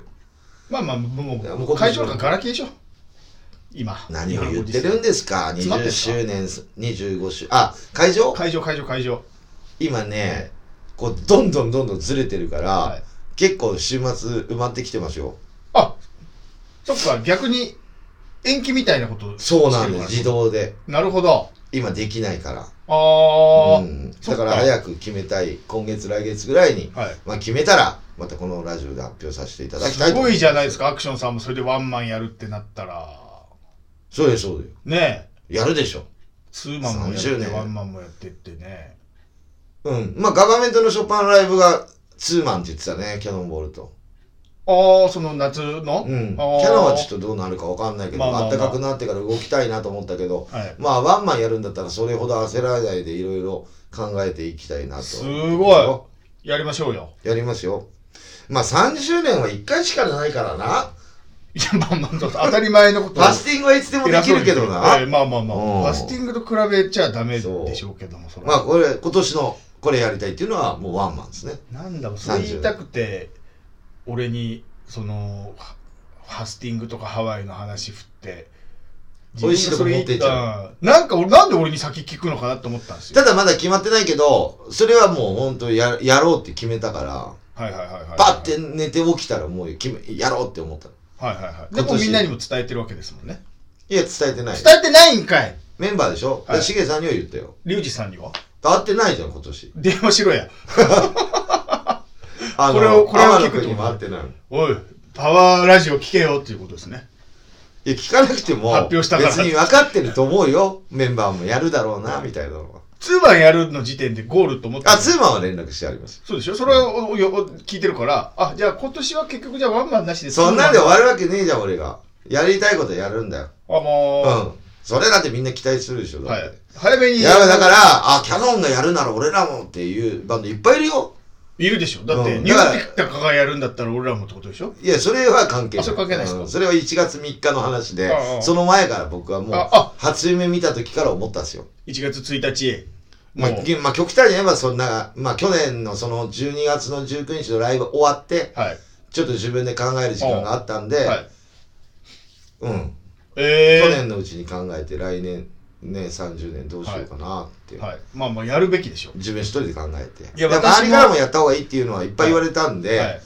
Speaker 2: まあまあ
Speaker 1: いや
Speaker 2: も
Speaker 1: もう
Speaker 2: う
Speaker 1: 今年は
Speaker 2: 会場なんかガラケーでしょ今
Speaker 1: 何を言ってるんですか
Speaker 2: 詰まってん
Speaker 1: ?20
Speaker 2: すか
Speaker 1: 周年、25周、あ、会場
Speaker 2: 会場会場会場
Speaker 1: 今ね、こう、どんどんどんどんずれてるから、
Speaker 2: はい
Speaker 1: 結構週末埋まってきてますよ。
Speaker 2: あそっか逆に延期みたいなこと
Speaker 1: そうなんで
Speaker 2: してるから
Speaker 1: す。自動で。
Speaker 2: なるほど
Speaker 1: 今できないから。
Speaker 2: ああ、
Speaker 1: うん、
Speaker 2: そっ
Speaker 1: だから早く決めたい今月来月ぐらいに、
Speaker 2: はい
Speaker 1: まあ、決めたらまたこのラジオで発表させていただきたい
Speaker 2: すごいじゃないです
Speaker 1: か
Speaker 2: か、アクションさんもそれでワンマンやるってなったら。
Speaker 1: そうですそうです
Speaker 2: ねえ、
Speaker 1: やるでしょ
Speaker 2: ツーマンもや
Speaker 1: 30
Speaker 2: って、
Speaker 1: 年
Speaker 2: ワンマンもやってってね。
Speaker 1: うんまあガバメントのショパンライブがツーマンって言ってたねキャノンボールと
Speaker 2: ああ、その夏
Speaker 1: う
Speaker 2: の、
Speaker 1: んキ
Speaker 2: あー
Speaker 1: ャノンはちょっとどうなるかわかんないけど、
Speaker 2: まあまあまあ
Speaker 1: 暖かくなってから動きたいなと思ったけど
Speaker 2: はい。
Speaker 1: まあワンマンやるんだったらそれほど焦らないでいろいろ考えていきたいなと
Speaker 2: すごい。やりましょうよ。
Speaker 1: いやりますよまあ30年は1回しかないからない
Speaker 2: や、まあまあ、そう当たり前のこと
Speaker 1: ファスティングはいつでもできるけどな、
Speaker 2: ええまあまあまあ、
Speaker 1: うん
Speaker 2: ファスティングと比べちゃダメでしょうけども、それ
Speaker 1: まあこれ今年のこれやりたいっていうのはもうワンマンですね
Speaker 2: なんだろう、それ言いたくて、俺に、その、はファスティングとかハワイの話振って、
Speaker 1: 美味しいとこ持ってっちゃ
Speaker 2: う。なんか俺、なんで俺に先聞くのかなと思ったんですよ。
Speaker 1: ただまだ決まってないけどそれはもう本当ややろうって決めたから
Speaker 2: はいはいはいはい。
Speaker 1: パッて寝て起きたらもう決めやろうって思った
Speaker 2: はいはいはい。で
Speaker 1: 今年
Speaker 2: もみんなにも伝えてるわけですもんね。
Speaker 1: いや伝えてない
Speaker 2: 伝えてないんかい
Speaker 1: メンバーでしょ
Speaker 2: はい
Speaker 1: しげ、シゲさんには言ったよ
Speaker 2: リュウジさんには
Speaker 1: 会ってないじゃん、今年。
Speaker 2: 電話しろや。
Speaker 1: あの、
Speaker 2: これをこれを聞く
Speaker 1: 天野君
Speaker 2: と
Speaker 1: にも会ってない。い
Speaker 2: おい、パワーラジオ聞けよっていうことですね。
Speaker 1: や、聞かなくても、
Speaker 2: 発表したから
Speaker 1: 別に分かってると思うよ。メンバーもやるだろうな、みたいなのは。
Speaker 2: ツーマンやるの時点でゴールと思って
Speaker 1: あ、ツーマンは連絡してあります。
Speaker 2: そうでしょそれをおよ聞いてるから、あ、じゃあ今年は結局じゃあワンマンなしで
Speaker 1: そんなんで終
Speaker 2: あ、
Speaker 1: わるわけねえじゃん、俺が。やりたいことやるんだよ。
Speaker 2: も
Speaker 1: う。
Speaker 2: うん
Speaker 1: それだってみんな期待するでしょ、だ
Speaker 2: は
Speaker 1: って
Speaker 2: い。早めに。
Speaker 1: いや、だから、あ、キャノンがやるなら俺らもっていうバンドいっぱいいるよ。
Speaker 2: いるでしょだって、
Speaker 1: うん
Speaker 2: ニューテッカがやるんだったら俺らもってことでしょ
Speaker 1: いや、それは関係ない。
Speaker 2: あそれ関係ないですか
Speaker 1: うんそれは1月3日の話で
Speaker 2: あ、あ
Speaker 1: その前から僕はも
Speaker 2: ああ
Speaker 1: う、初夢見た時から思ったんですよ。
Speaker 2: ?1 月1日。
Speaker 1: まあ、
Speaker 2: もう
Speaker 1: ぎまあ、極端に言えばそんな、まあ、去年のその12月の19日のライブ終わって、
Speaker 2: はい。
Speaker 1: ちょっと自分で考える時間があったんで、
Speaker 2: はい。
Speaker 1: うん。
Speaker 2: えー。
Speaker 1: 去年のうちに考えて、来年、ね、30年どうしようかなって、
Speaker 2: はい。まあまあ、やるべきでしょ。
Speaker 1: 自分一人で考えて。
Speaker 2: いや
Speaker 1: で
Speaker 2: 私も
Speaker 1: 周りからもやった方がいいっていうのはいっぱい言われたんで、
Speaker 2: はい。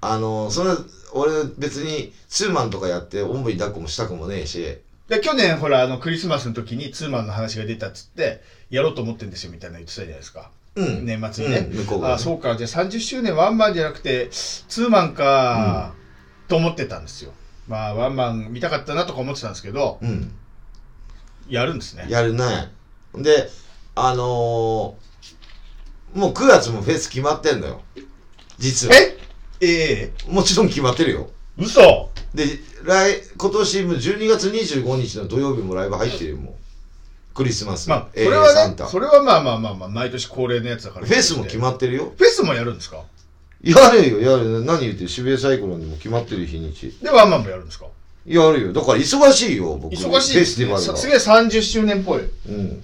Speaker 1: あの、それ、俺別にツーマンとかやって、おんぶに抱っこもしたくもねえし、
Speaker 2: で、去年、ほら、あの、クリスマスの時にツーマンの話が出たっつって、やろうと思ってんですよ、みたいなの言ってたじゃないですか。
Speaker 1: うん。
Speaker 2: 年末にね
Speaker 1: うん向こうがね、
Speaker 2: あそうか、じゃあ30周年ワンマンじゃなくて、ツーマンか、と思ってたんですよ。まあ、ワンマン見たかったなとか思ってたんですけど、
Speaker 1: うん。
Speaker 2: やるんですね。
Speaker 1: やるね。で、あのーもう9月もフェス決まってんのよ。実は。
Speaker 2: えええ
Speaker 1: もちろん決まってるよ。
Speaker 2: 嘘
Speaker 1: で、来、今年も12月25日の土曜日もライブ入ってるよ、もう。クリスマスの。
Speaker 2: まあ、そ
Speaker 1: AA
Speaker 2: れは
Speaker 1: サ
Speaker 2: ね
Speaker 1: ン、タ
Speaker 2: それはまあまあまあまあ、毎年恒例のやつだから。
Speaker 1: フェスも決ま
Speaker 2: っ
Speaker 1: ってるよ。
Speaker 2: フェスもやるんですか
Speaker 1: やるよ、やるよ。何言ってる渋谷サイコロにも決まってる日にち。
Speaker 2: で、ワンマンもやるんですか
Speaker 1: やるよ。だから忙しいよ、僕。
Speaker 2: 忙しい
Speaker 1: フ
Speaker 2: で
Speaker 1: ェス
Speaker 2: す
Speaker 1: ティ
Speaker 2: ね。
Speaker 1: バ
Speaker 2: さす
Speaker 1: ル
Speaker 2: げえ30周年っぽい。
Speaker 1: が。うん。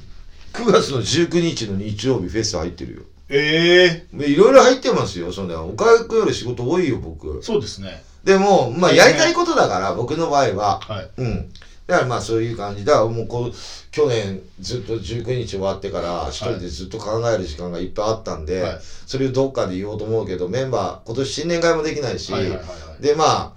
Speaker 1: 9月の19日の日曜日、フェス入ってるよ。
Speaker 2: ええ
Speaker 1: でいろいろ入ってますよ、そんな。おかゆくより仕事多いよ、僕。
Speaker 2: そうですね。
Speaker 1: でも、まあ、やりたいことだから、僕の場合は。
Speaker 2: はい。
Speaker 1: うん。だからまあそういう感じだからもうこう去年ずっと19日終わってから一人でずっと考える時間がいっぱいあったんで、
Speaker 2: はい
Speaker 1: それをどっかで言おうと思うけどメンバー今年新年会もできないし、
Speaker 2: はいはいはいはい
Speaker 1: でまあ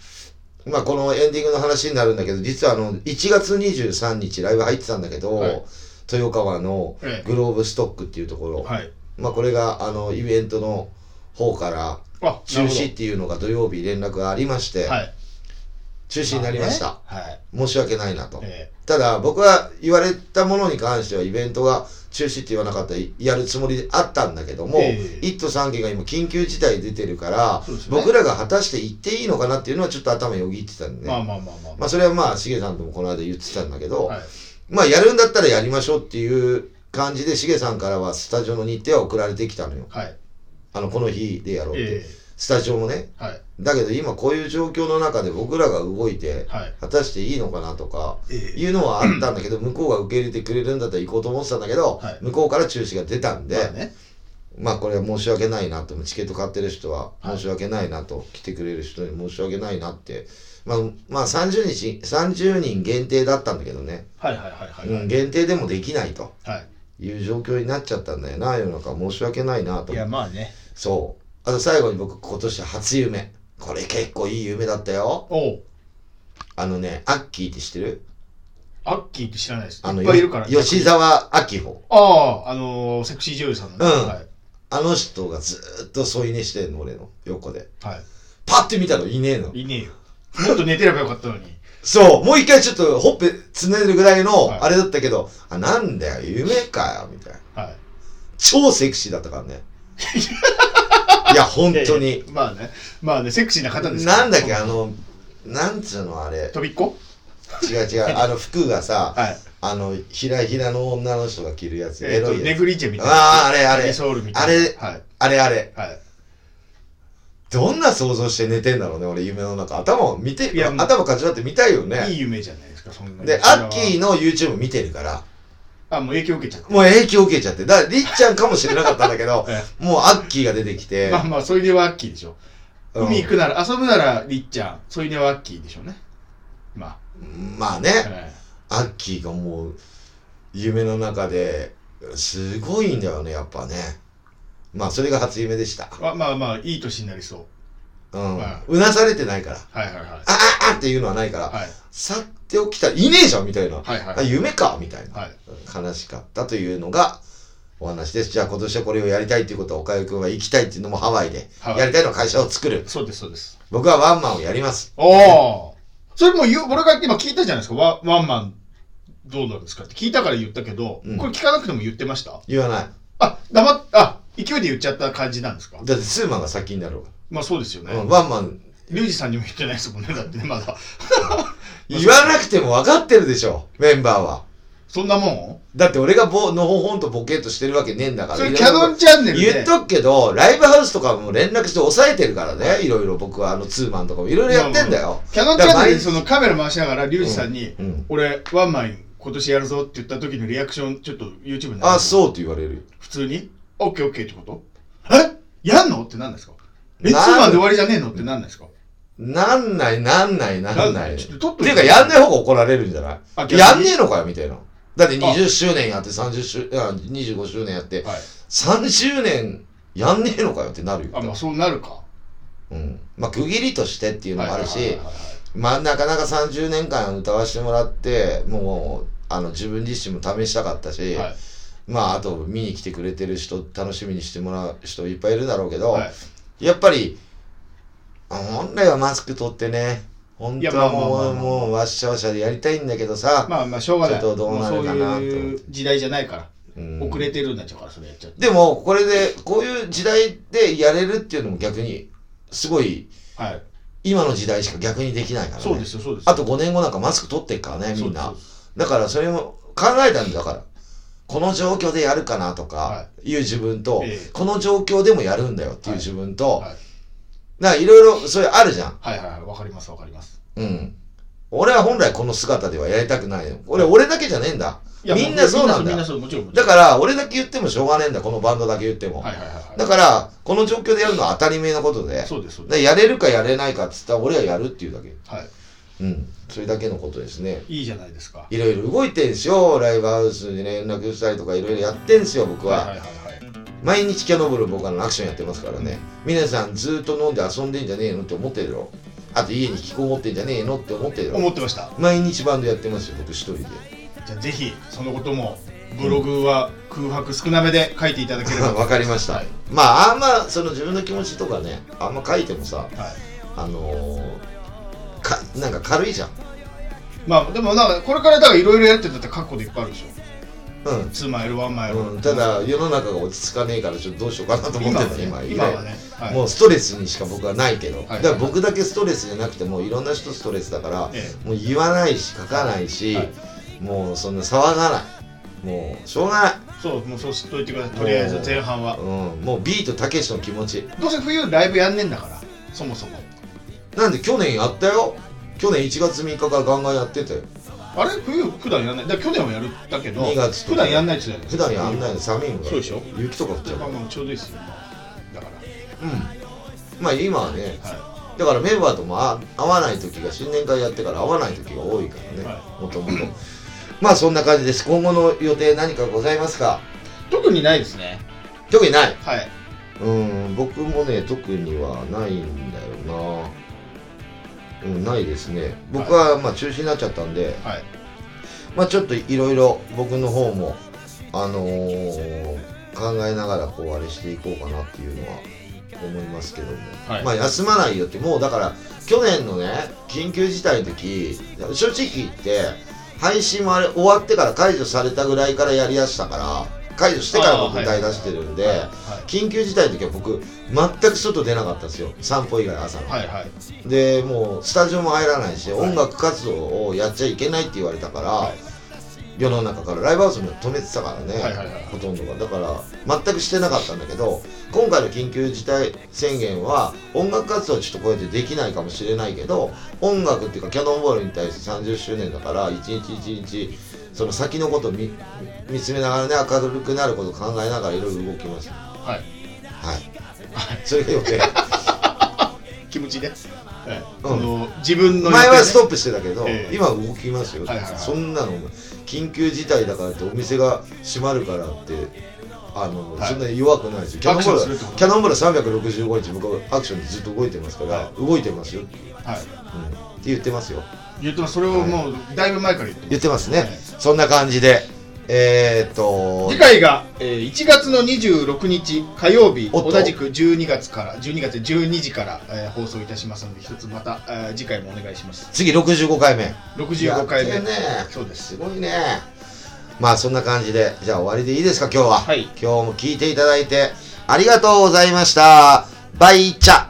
Speaker 1: まあこのエンディングの話になるんだけど実はあの1月23日ライブ入ってたんだけど、
Speaker 2: はい
Speaker 1: 豊川の
Speaker 2: ええ
Speaker 1: グローブストックっていうところ、
Speaker 2: はい。
Speaker 1: まあこれがあのイベントの方から
Speaker 2: あ、
Speaker 1: 中止っ
Speaker 2: な
Speaker 1: ていうのが土曜日連絡がありまして、
Speaker 2: るほどはい。
Speaker 1: 中止になりました、
Speaker 2: あねはい。
Speaker 1: 申し訳ないなと。
Speaker 2: え
Speaker 1: ただ僕は言われたものに関してはイベントが中止って言わなかったらやるつもりであったんだけども、
Speaker 2: ええ
Speaker 1: 一都三県が今緊急事態出てるから、
Speaker 2: そうですね
Speaker 1: 僕らが果たして行っていいのかなっていうのはちょっと頭よぎってたん
Speaker 2: え
Speaker 1: でね。
Speaker 2: まあ
Speaker 1: ま
Speaker 2: まあまあまあ
Speaker 1: あ、
Speaker 2: ま
Speaker 1: それはまあ、しげさんともこの間言ってたんだけ
Speaker 2: あ。
Speaker 1: ど、
Speaker 2: はい。
Speaker 1: まあやるんだったらやりましょうっていう感じでしげさんからはスタジオの日程は送られてきたのよ。
Speaker 2: はい。
Speaker 1: あの、この日でやろうって。
Speaker 2: え
Speaker 1: スタジオもね。
Speaker 2: えはい。
Speaker 1: だけど今こういう状況の中で僕らが動いて、
Speaker 2: はい。
Speaker 1: 果たしていいのかなとか、
Speaker 2: ええ
Speaker 1: いうのはあったんだけど、向こうが受け入れてくれるんだったら行こうと思ってたんだけど、
Speaker 2: はい
Speaker 1: 向こうから中止が出たんで、
Speaker 2: まあね。
Speaker 1: まあこれは申し訳ないなと、チケット買ってる人は
Speaker 2: はい
Speaker 1: 申し訳ないなと、来てくれる人に申し訳ないなって、まあ、まあ30日、30人限定だったんだけどね、
Speaker 2: はいはいはいはい。
Speaker 1: うん、限定でもできないと
Speaker 2: はい。
Speaker 1: いう状況になっちゃったんだよな、世の中申し訳ないなと
Speaker 2: い。や、まあね。
Speaker 1: そう。あと最後に僕今年初夢。これ結構いい夢だったよ。
Speaker 2: おう。
Speaker 1: あのね、アッキーって知ってる
Speaker 2: アッキーって知らないです。
Speaker 1: あ
Speaker 2: い
Speaker 1: の、
Speaker 2: っぱいいるから。
Speaker 1: よ吉。沢明穂。
Speaker 2: ああ、あのー、セクシー女優さんのね。
Speaker 1: うん
Speaker 2: はい。
Speaker 1: あの人がずーっと添い寝してんの、俺の横で。
Speaker 2: は
Speaker 1: パッて見たらいねえの。
Speaker 2: い。いねえよ。もっと寝てればよかったのに。
Speaker 1: そう、もう一回ちょっとほっぺつねるぐらい
Speaker 2: はい
Speaker 1: の、あれだったけど、あ、なんだよ、夢かよ、みたいな。
Speaker 2: は
Speaker 1: 超セクシーだったから
Speaker 2: *laughs*
Speaker 1: ね。いや、
Speaker 2: い。
Speaker 1: 本当
Speaker 2: いやい
Speaker 1: に
Speaker 2: や。。まあね。まあね、セクシーな方ですから
Speaker 1: なんだっけ、あの、なんつうの、あれ。
Speaker 2: 飛びっこ
Speaker 1: 違う違う、あの服がさ、
Speaker 2: はい。
Speaker 1: あの、ひらひらの女の人が着るやつ、
Speaker 2: え
Speaker 1: エ
Speaker 2: っと、
Speaker 1: ロい
Speaker 2: ネ
Speaker 1: や
Speaker 2: グ
Speaker 1: つ。
Speaker 2: リジェみたいな。
Speaker 1: ああ、あれあ
Speaker 2: ア
Speaker 1: れ
Speaker 2: イ。ソールみたいな。
Speaker 1: あれ
Speaker 2: はい。
Speaker 1: あれあれ。
Speaker 2: はい。
Speaker 1: どんな想像して寝てんだろうね、俺夢の中。頭を見て
Speaker 2: いや、もう
Speaker 1: 頭かち割って見たいよね。
Speaker 2: いい夢じゃないですか、そんなに。
Speaker 1: で、
Speaker 2: それは
Speaker 1: アッキーの YouTube 見てるから、
Speaker 2: あ、もう影響受けちゃった。、
Speaker 1: もう影響受けちゃって、だから、りっちゃんかもしれなかったんだけど
Speaker 2: *laughs* え
Speaker 1: もうアッキーが出てき
Speaker 2: え
Speaker 1: て、
Speaker 2: まあまあ、添い寝はアッキーでしょ。
Speaker 1: うん
Speaker 2: 海行くなら、遊ぶなら、りっちゃん。添い寝はアッキーでしょうね。ま
Speaker 1: まあ
Speaker 2: あ。
Speaker 1: ね、
Speaker 2: え
Speaker 1: アッキーがもう、夢の中で、すごいんだよね、やっぱね。まあ、それが初夢でした。
Speaker 2: えまあまあまあ、いい年になりそう。
Speaker 1: うん
Speaker 2: は。
Speaker 1: うなされてないから。
Speaker 2: はいはいはい。
Speaker 1: あああっていうのはないから、
Speaker 2: はい。
Speaker 1: 去っておきたい、いねえじゃんみたいな。
Speaker 2: はいはい
Speaker 1: あ夢かみたいな、
Speaker 2: はい。
Speaker 1: 悲しかったというのが、お話です。じゃあ今年はこれをやりたいっていうことは、岡井くんは行きたいっていうのもハワイで、
Speaker 2: はい
Speaker 1: やりたいのは会社を作る。
Speaker 2: そうです、そうです。
Speaker 1: 僕はワンマンをやります。
Speaker 2: ああ。それも言う、俺が今聞いたじゃないですか。ワワンマン、どうなんですかって聞いたから言ったけど、
Speaker 1: うん
Speaker 2: これ聞かなくても言ってました
Speaker 1: 言わない。
Speaker 2: あ、黙っ、あ、勢いで言っちゃった感じなんですか
Speaker 1: だってツーマンが先になるわ。
Speaker 2: まあそうですよね。
Speaker 1: うんワンマン、
Speaker 2: リュウジさんにも言ってないですもんね、だってね、まだ。 *laughs*
Speaker 1: 言わなくても分かってるでしょ、メンバーは。
Speaker 2: そんなもん
Speaker 1: だって俺がぼのほほんとボケっとしてるわけねえんだから。
Speaker 2: それ
Speaker 1: いろ
Speaker 2: キ
Speaker 1: いろ
Speaker 2: ャノンチャンネルで。
Speaker 1: 言っとくけど、ライブハウスとかも連絡して抑えてるからね、いろいろ僕はあのツーマンとかもいろいろやってんだよ。
Speaker 2: キャノンチャ
Speaker 1: だ
Speaker 2: ンネルで
Speaker 1: から毎日
Speaker 2: そのカメラ回しながら、リュウジさんに、
Speaker 1: うんうん
Speaker 2: 俺、ワンマン今年やるぞって言った時のリアクション、ちょっと YouTube に
Speaker 1: あ、
Speaker 2: う。
Speaker 1: そうって言われるよ。
Speaker 2: 普通に、オッケーオッケーってことえやんのってなんですかえ、ツー
Speaker 1: なん
Speaker 2: マンで終わりじゃねえのってなんですか
Speaker 1: なんない、なんない、なん
Speaker 2: な
Speaker 1: なんい。
Speaker 2: ない
Speaker 1: っ
Speaker 2: ち
Speaker 1: て
Speaker 2: ょっ
Speaker 1: い
Speaker 2: と撮っといて
Speaker 1: うか、やんない方が怒られるんじゃない
Speaker 2: あ逆に
Speaker 1: やんねえのかよ、みたいな。だって
Speaker 2: あ
Speaker 1: 20周年やって、30周、あ25周年やって、
Speaker 2: はい。
Speaker 1: 30年やんねえのかよってなるよ。
Speaker 2: あ、まあそうなるか。
Speaker 1: うん。まあ、区切りとしてっていうのもある
Speaker 2: はいは
Speaker 1: し
Speaker 2: いはい、はいはい
Speaker 1: まあ、なかなか30年間歌わせてもらって、もう、あの、自分自身も試したかったし、
Speaker 2: はい
Speaker 1: まあ、あと、見に来てくれてる人、楽しみにしてもらう人いっぱいいるだろうけど、
Speaker 2: はい
Speaker 1: やっぱり、あ本来はマスク取ってね、本当はも
Speaker 2: いやまあまあまあ
Speaker 1: う、
Speaker 2: まあ
Speaker 1: もう、わっしゃわしゃでやりたいんだけどさ、
Speaker 2: まあまあしょうがない。
Speaker 1: ちょっとどうなるかなと思って
Speaker 2: もうそういう時代じゃないから。
Speaker 1: うん
Speaker 2: 遅れてるんだっちゃうから、それやっちゃって。
Speaker 1: でも、これで、こういう時代でやれるっていうのも逆に、すごい、
Speaker 2: はい。
Speaker 1: 今の時代しか逆にできないからね。
Speaker 2: そうですよ、そうですよ。
Speaker 1: あと5年後なんかマスク取ってっからね、みんな
Speaker 2: そうです。
Speaker 1: だからそれも考えたんだから。この状況でやるかなと
Speaker 2: は
Speaker 1: か、いう自分と、
Speaker 2: ええ
Speaker 1: この状況でもやるんだよっていう
Speaker 2: はい
Speaker 1: 自分と、
Speaker 2: はい
Speaker 1: なんかいろいろそれあるじゃん。
Speaker 2: はいはいはい、わかります、わかります。
Speaker 1: うん。俺は本来この姿ではやりたくないよ。俺、俺だけじゃねえんだ。
Speaker 2: いや
Speaker 1: みんなそうなん
Speaker 2: みんな
Speaker 1: だ。
Speaker 2: そう、もちろん。もち
Speaker 1: だ
Speaker 2: ろん
Speaker 1: から、俺だけ言ってもしょうがねえんだ、このバンドだけ言っても。
Speaker 2: はいはいはいはい。
Speaker 1: だから、この状況でやるのは当たり前のことで、
Speaker 2: そうです、そうで
Speaker 1: でやれるかやれないかっつったら俺はやるっていうだけ。
Speaker 2: す。はい。
Speaker 1: うん。それだけのことですね。
Speaker 2: いいじゃないですか。
Speaker 1: いろいろ動いてんすよ。ライブハウスに連絡したりとかいろいろやってんすよ、僕は。
Speaker 2: はいはいはいはい。
Speaker 1: 毎日キャノブル僕はあのアクションやってますからね。皆さんずっと飲んで遊んでんじゃねえのって思ってるよ。あと家に引きこもってんじゃねえのって思ってる
Speaker 2: 思
Speaker 1: よ。
Speaker 2: ってました。
Speaker 1: 毎日バンドやってますよ、僕一人
Speaker 2: *laughs*
Speaker 1: で。
Speaker 2: じゃあぜひ、そのことも、ブログは空白少なめで書いていただけれ
Speaker 1: *laughs*
Speaker 2: ば。
Speaker 1: わかりました。
Speaker 2: はい
Speaker 1: まあ、あんま、その自分の気持ちとかね、あんま書いてもさ、
Speaker 2: はい。
Speaker 1: あのーか、なんか軽いじゃん。
Speaker 2: まあ、でもなんか、これからだからいろいろやってたって過去でいっぱいあるでしょ。
Speaker 1: うん。
Speaker 2: 2マイル、1マイル。
Speaker 1: うん、ただ世の中が落ち着かねえからちょっとどうしようかなと思って
Speaker 2: 今は
Speaker 1: るの今
Speaker 2: ね、今はね、はい
Speaker 1: もうストレスにしか僕はないけど、
Speaker 2: は
Speaker 1: だか
Speaker 2: い
Speaker 1: ら僕だけストレスじゃなくてもういろんな人ストレスだから、
Speaker 2: え
Speaker 1: もう言わないし書かないし、
Speaker 2: はい
Speaker 1: もうそんな騒がないもうしょうがない、
Speaker 2: そう、もうそうしといてください。とりあえず前半は
Speaker 1: う。ん、もうビートたけしの気持ち
Speaker 2: どうせ冬ライブやんねんだから、そもそも。
Speaker 1: なんで去年やったよ去年1月3日からガンガンやってたよ
Speaker 2: あれ冬普段やんない。だから去年はやるだけど、
Speaker 1: 2月と
Speaker 2: 普
Speaker 1: か
Speaker 2: 段やんないって言ってた
Speaker 1: 普
Speaker 2: じゃな
Speaker 1: 段
Speaker 2: いですか
Speaker 1: やんないの寒いのが
Speaker 2: そうでしょ
Speaker 1: 雪とか降っちゃうから
Speaker 2: まあまあちょうどいいですよ。だから。
Speaker 1: うんまあ今はね
Speaker 2: は
Speaker 1: だからメンバーともあ合わない時が新年会やってから合わない時が多いからね、
Speaker 2: は
Speaker 1: もともとまあそんな感じです今後の予定何かございますか
Speaker 2: い。特にないですね。
Speaker 1: 特にない
Speaker 2: はい。
Speaker 1: うん僕もね特にはないんだよなうんないですね僕はまあ中止になっちゃったんで
Speaker 2: はい。
Speaker 1: まあちょっといろいろ僕の方もあのー考えながらこうあれしていこうかなっていうのは思いますけども、
Speaker 2: はい
Speaker 1: まあ休まないよってもうだから去年のね緊急事態の時正直言って配信もあれ終わってから解除されたぐらいからやりだしたから解除してから僕
Speaker 2: あー
Speaker 1: 歌い出してるんで、
Speaker 2: はい
Speaker 1: 緊急事態の時は僕全く外出なかったんですよ散歩以外朝の、
Speaker 2: はいはい。はい
Speaker 1: でもうスタジオも入らないし、
Speaker 2: はい
Speaker 1: 音楽活動をやっちゃいけないって言われたから、
Speaker 2: は
Speaker 1: 世の中からライブハウスも止めてたからね、
Speaker 2: はいはいはい
Speaker 1: ほとんどがだから全くしてなかったんだけど今回の緊急事態宣言は音楽活動はちょっとこうやってできないかもしれないけど音楽っていうかキャノンボールに対して30周年だから一日一日その先のことを見見つめながらね明るくなることを考えながらいろいろ動きますはい
Speaker 2: はい。
Speaker 1: それが予定
Speaker 2: 気持ちで。はい。
Speaker 1: うん
Speaker 2: その自分の
Speaker 1: 前はスト
Speaker 2: ッ
Speaker 1: ップしてたけど、
Speaker 2: ええ
Speaker 1: 今は動きますよ、
Speaker 2: はいはいはい
Speaker 1: そんなの緊急事態だからってお店が閉まるからってあの、
Speaker 2: はい
Speaker 1: そんなに弱くないですよキャノンボ
Speaker 2: アクションするって
Speaker 1: ール
Speaker 2: こと
Speaker 1: キャノンボール365日僕はアクションでずっと動いてますから、
Speaker 2: は
Speaker 1: 動いてますよ、うん、って
Speaker 2: プ。はい。
Speaker 1: 言ってますよ
Speaker 2: 言ってます。それをもうだいぶ前から言ってます。
Speaker 1: 言ってますね、
Speaker 2: はい
Speaker 1: そんな感じでえーっと
Speaker 2: 次、回が、えー1月の26日火曜日
Speaker 1: おっ
Speaker 2: 同
Speaker 1: と
Speaker 2: じく12月から12月12時から、えー放送いたしますので一つまた、えー次回もお願いします
Speaker 1: 次65回目。
Speaker 2: 65回目
Speaker 1: やってね
Speaker 2: そうです
Speaker 1: すごいね。まあそんな感じで、じゃあ終わりでいいですか、今日は。
Speaker 2: はい
Speaker 1: 今日も聞いていただいてありがとうございました。バイチャ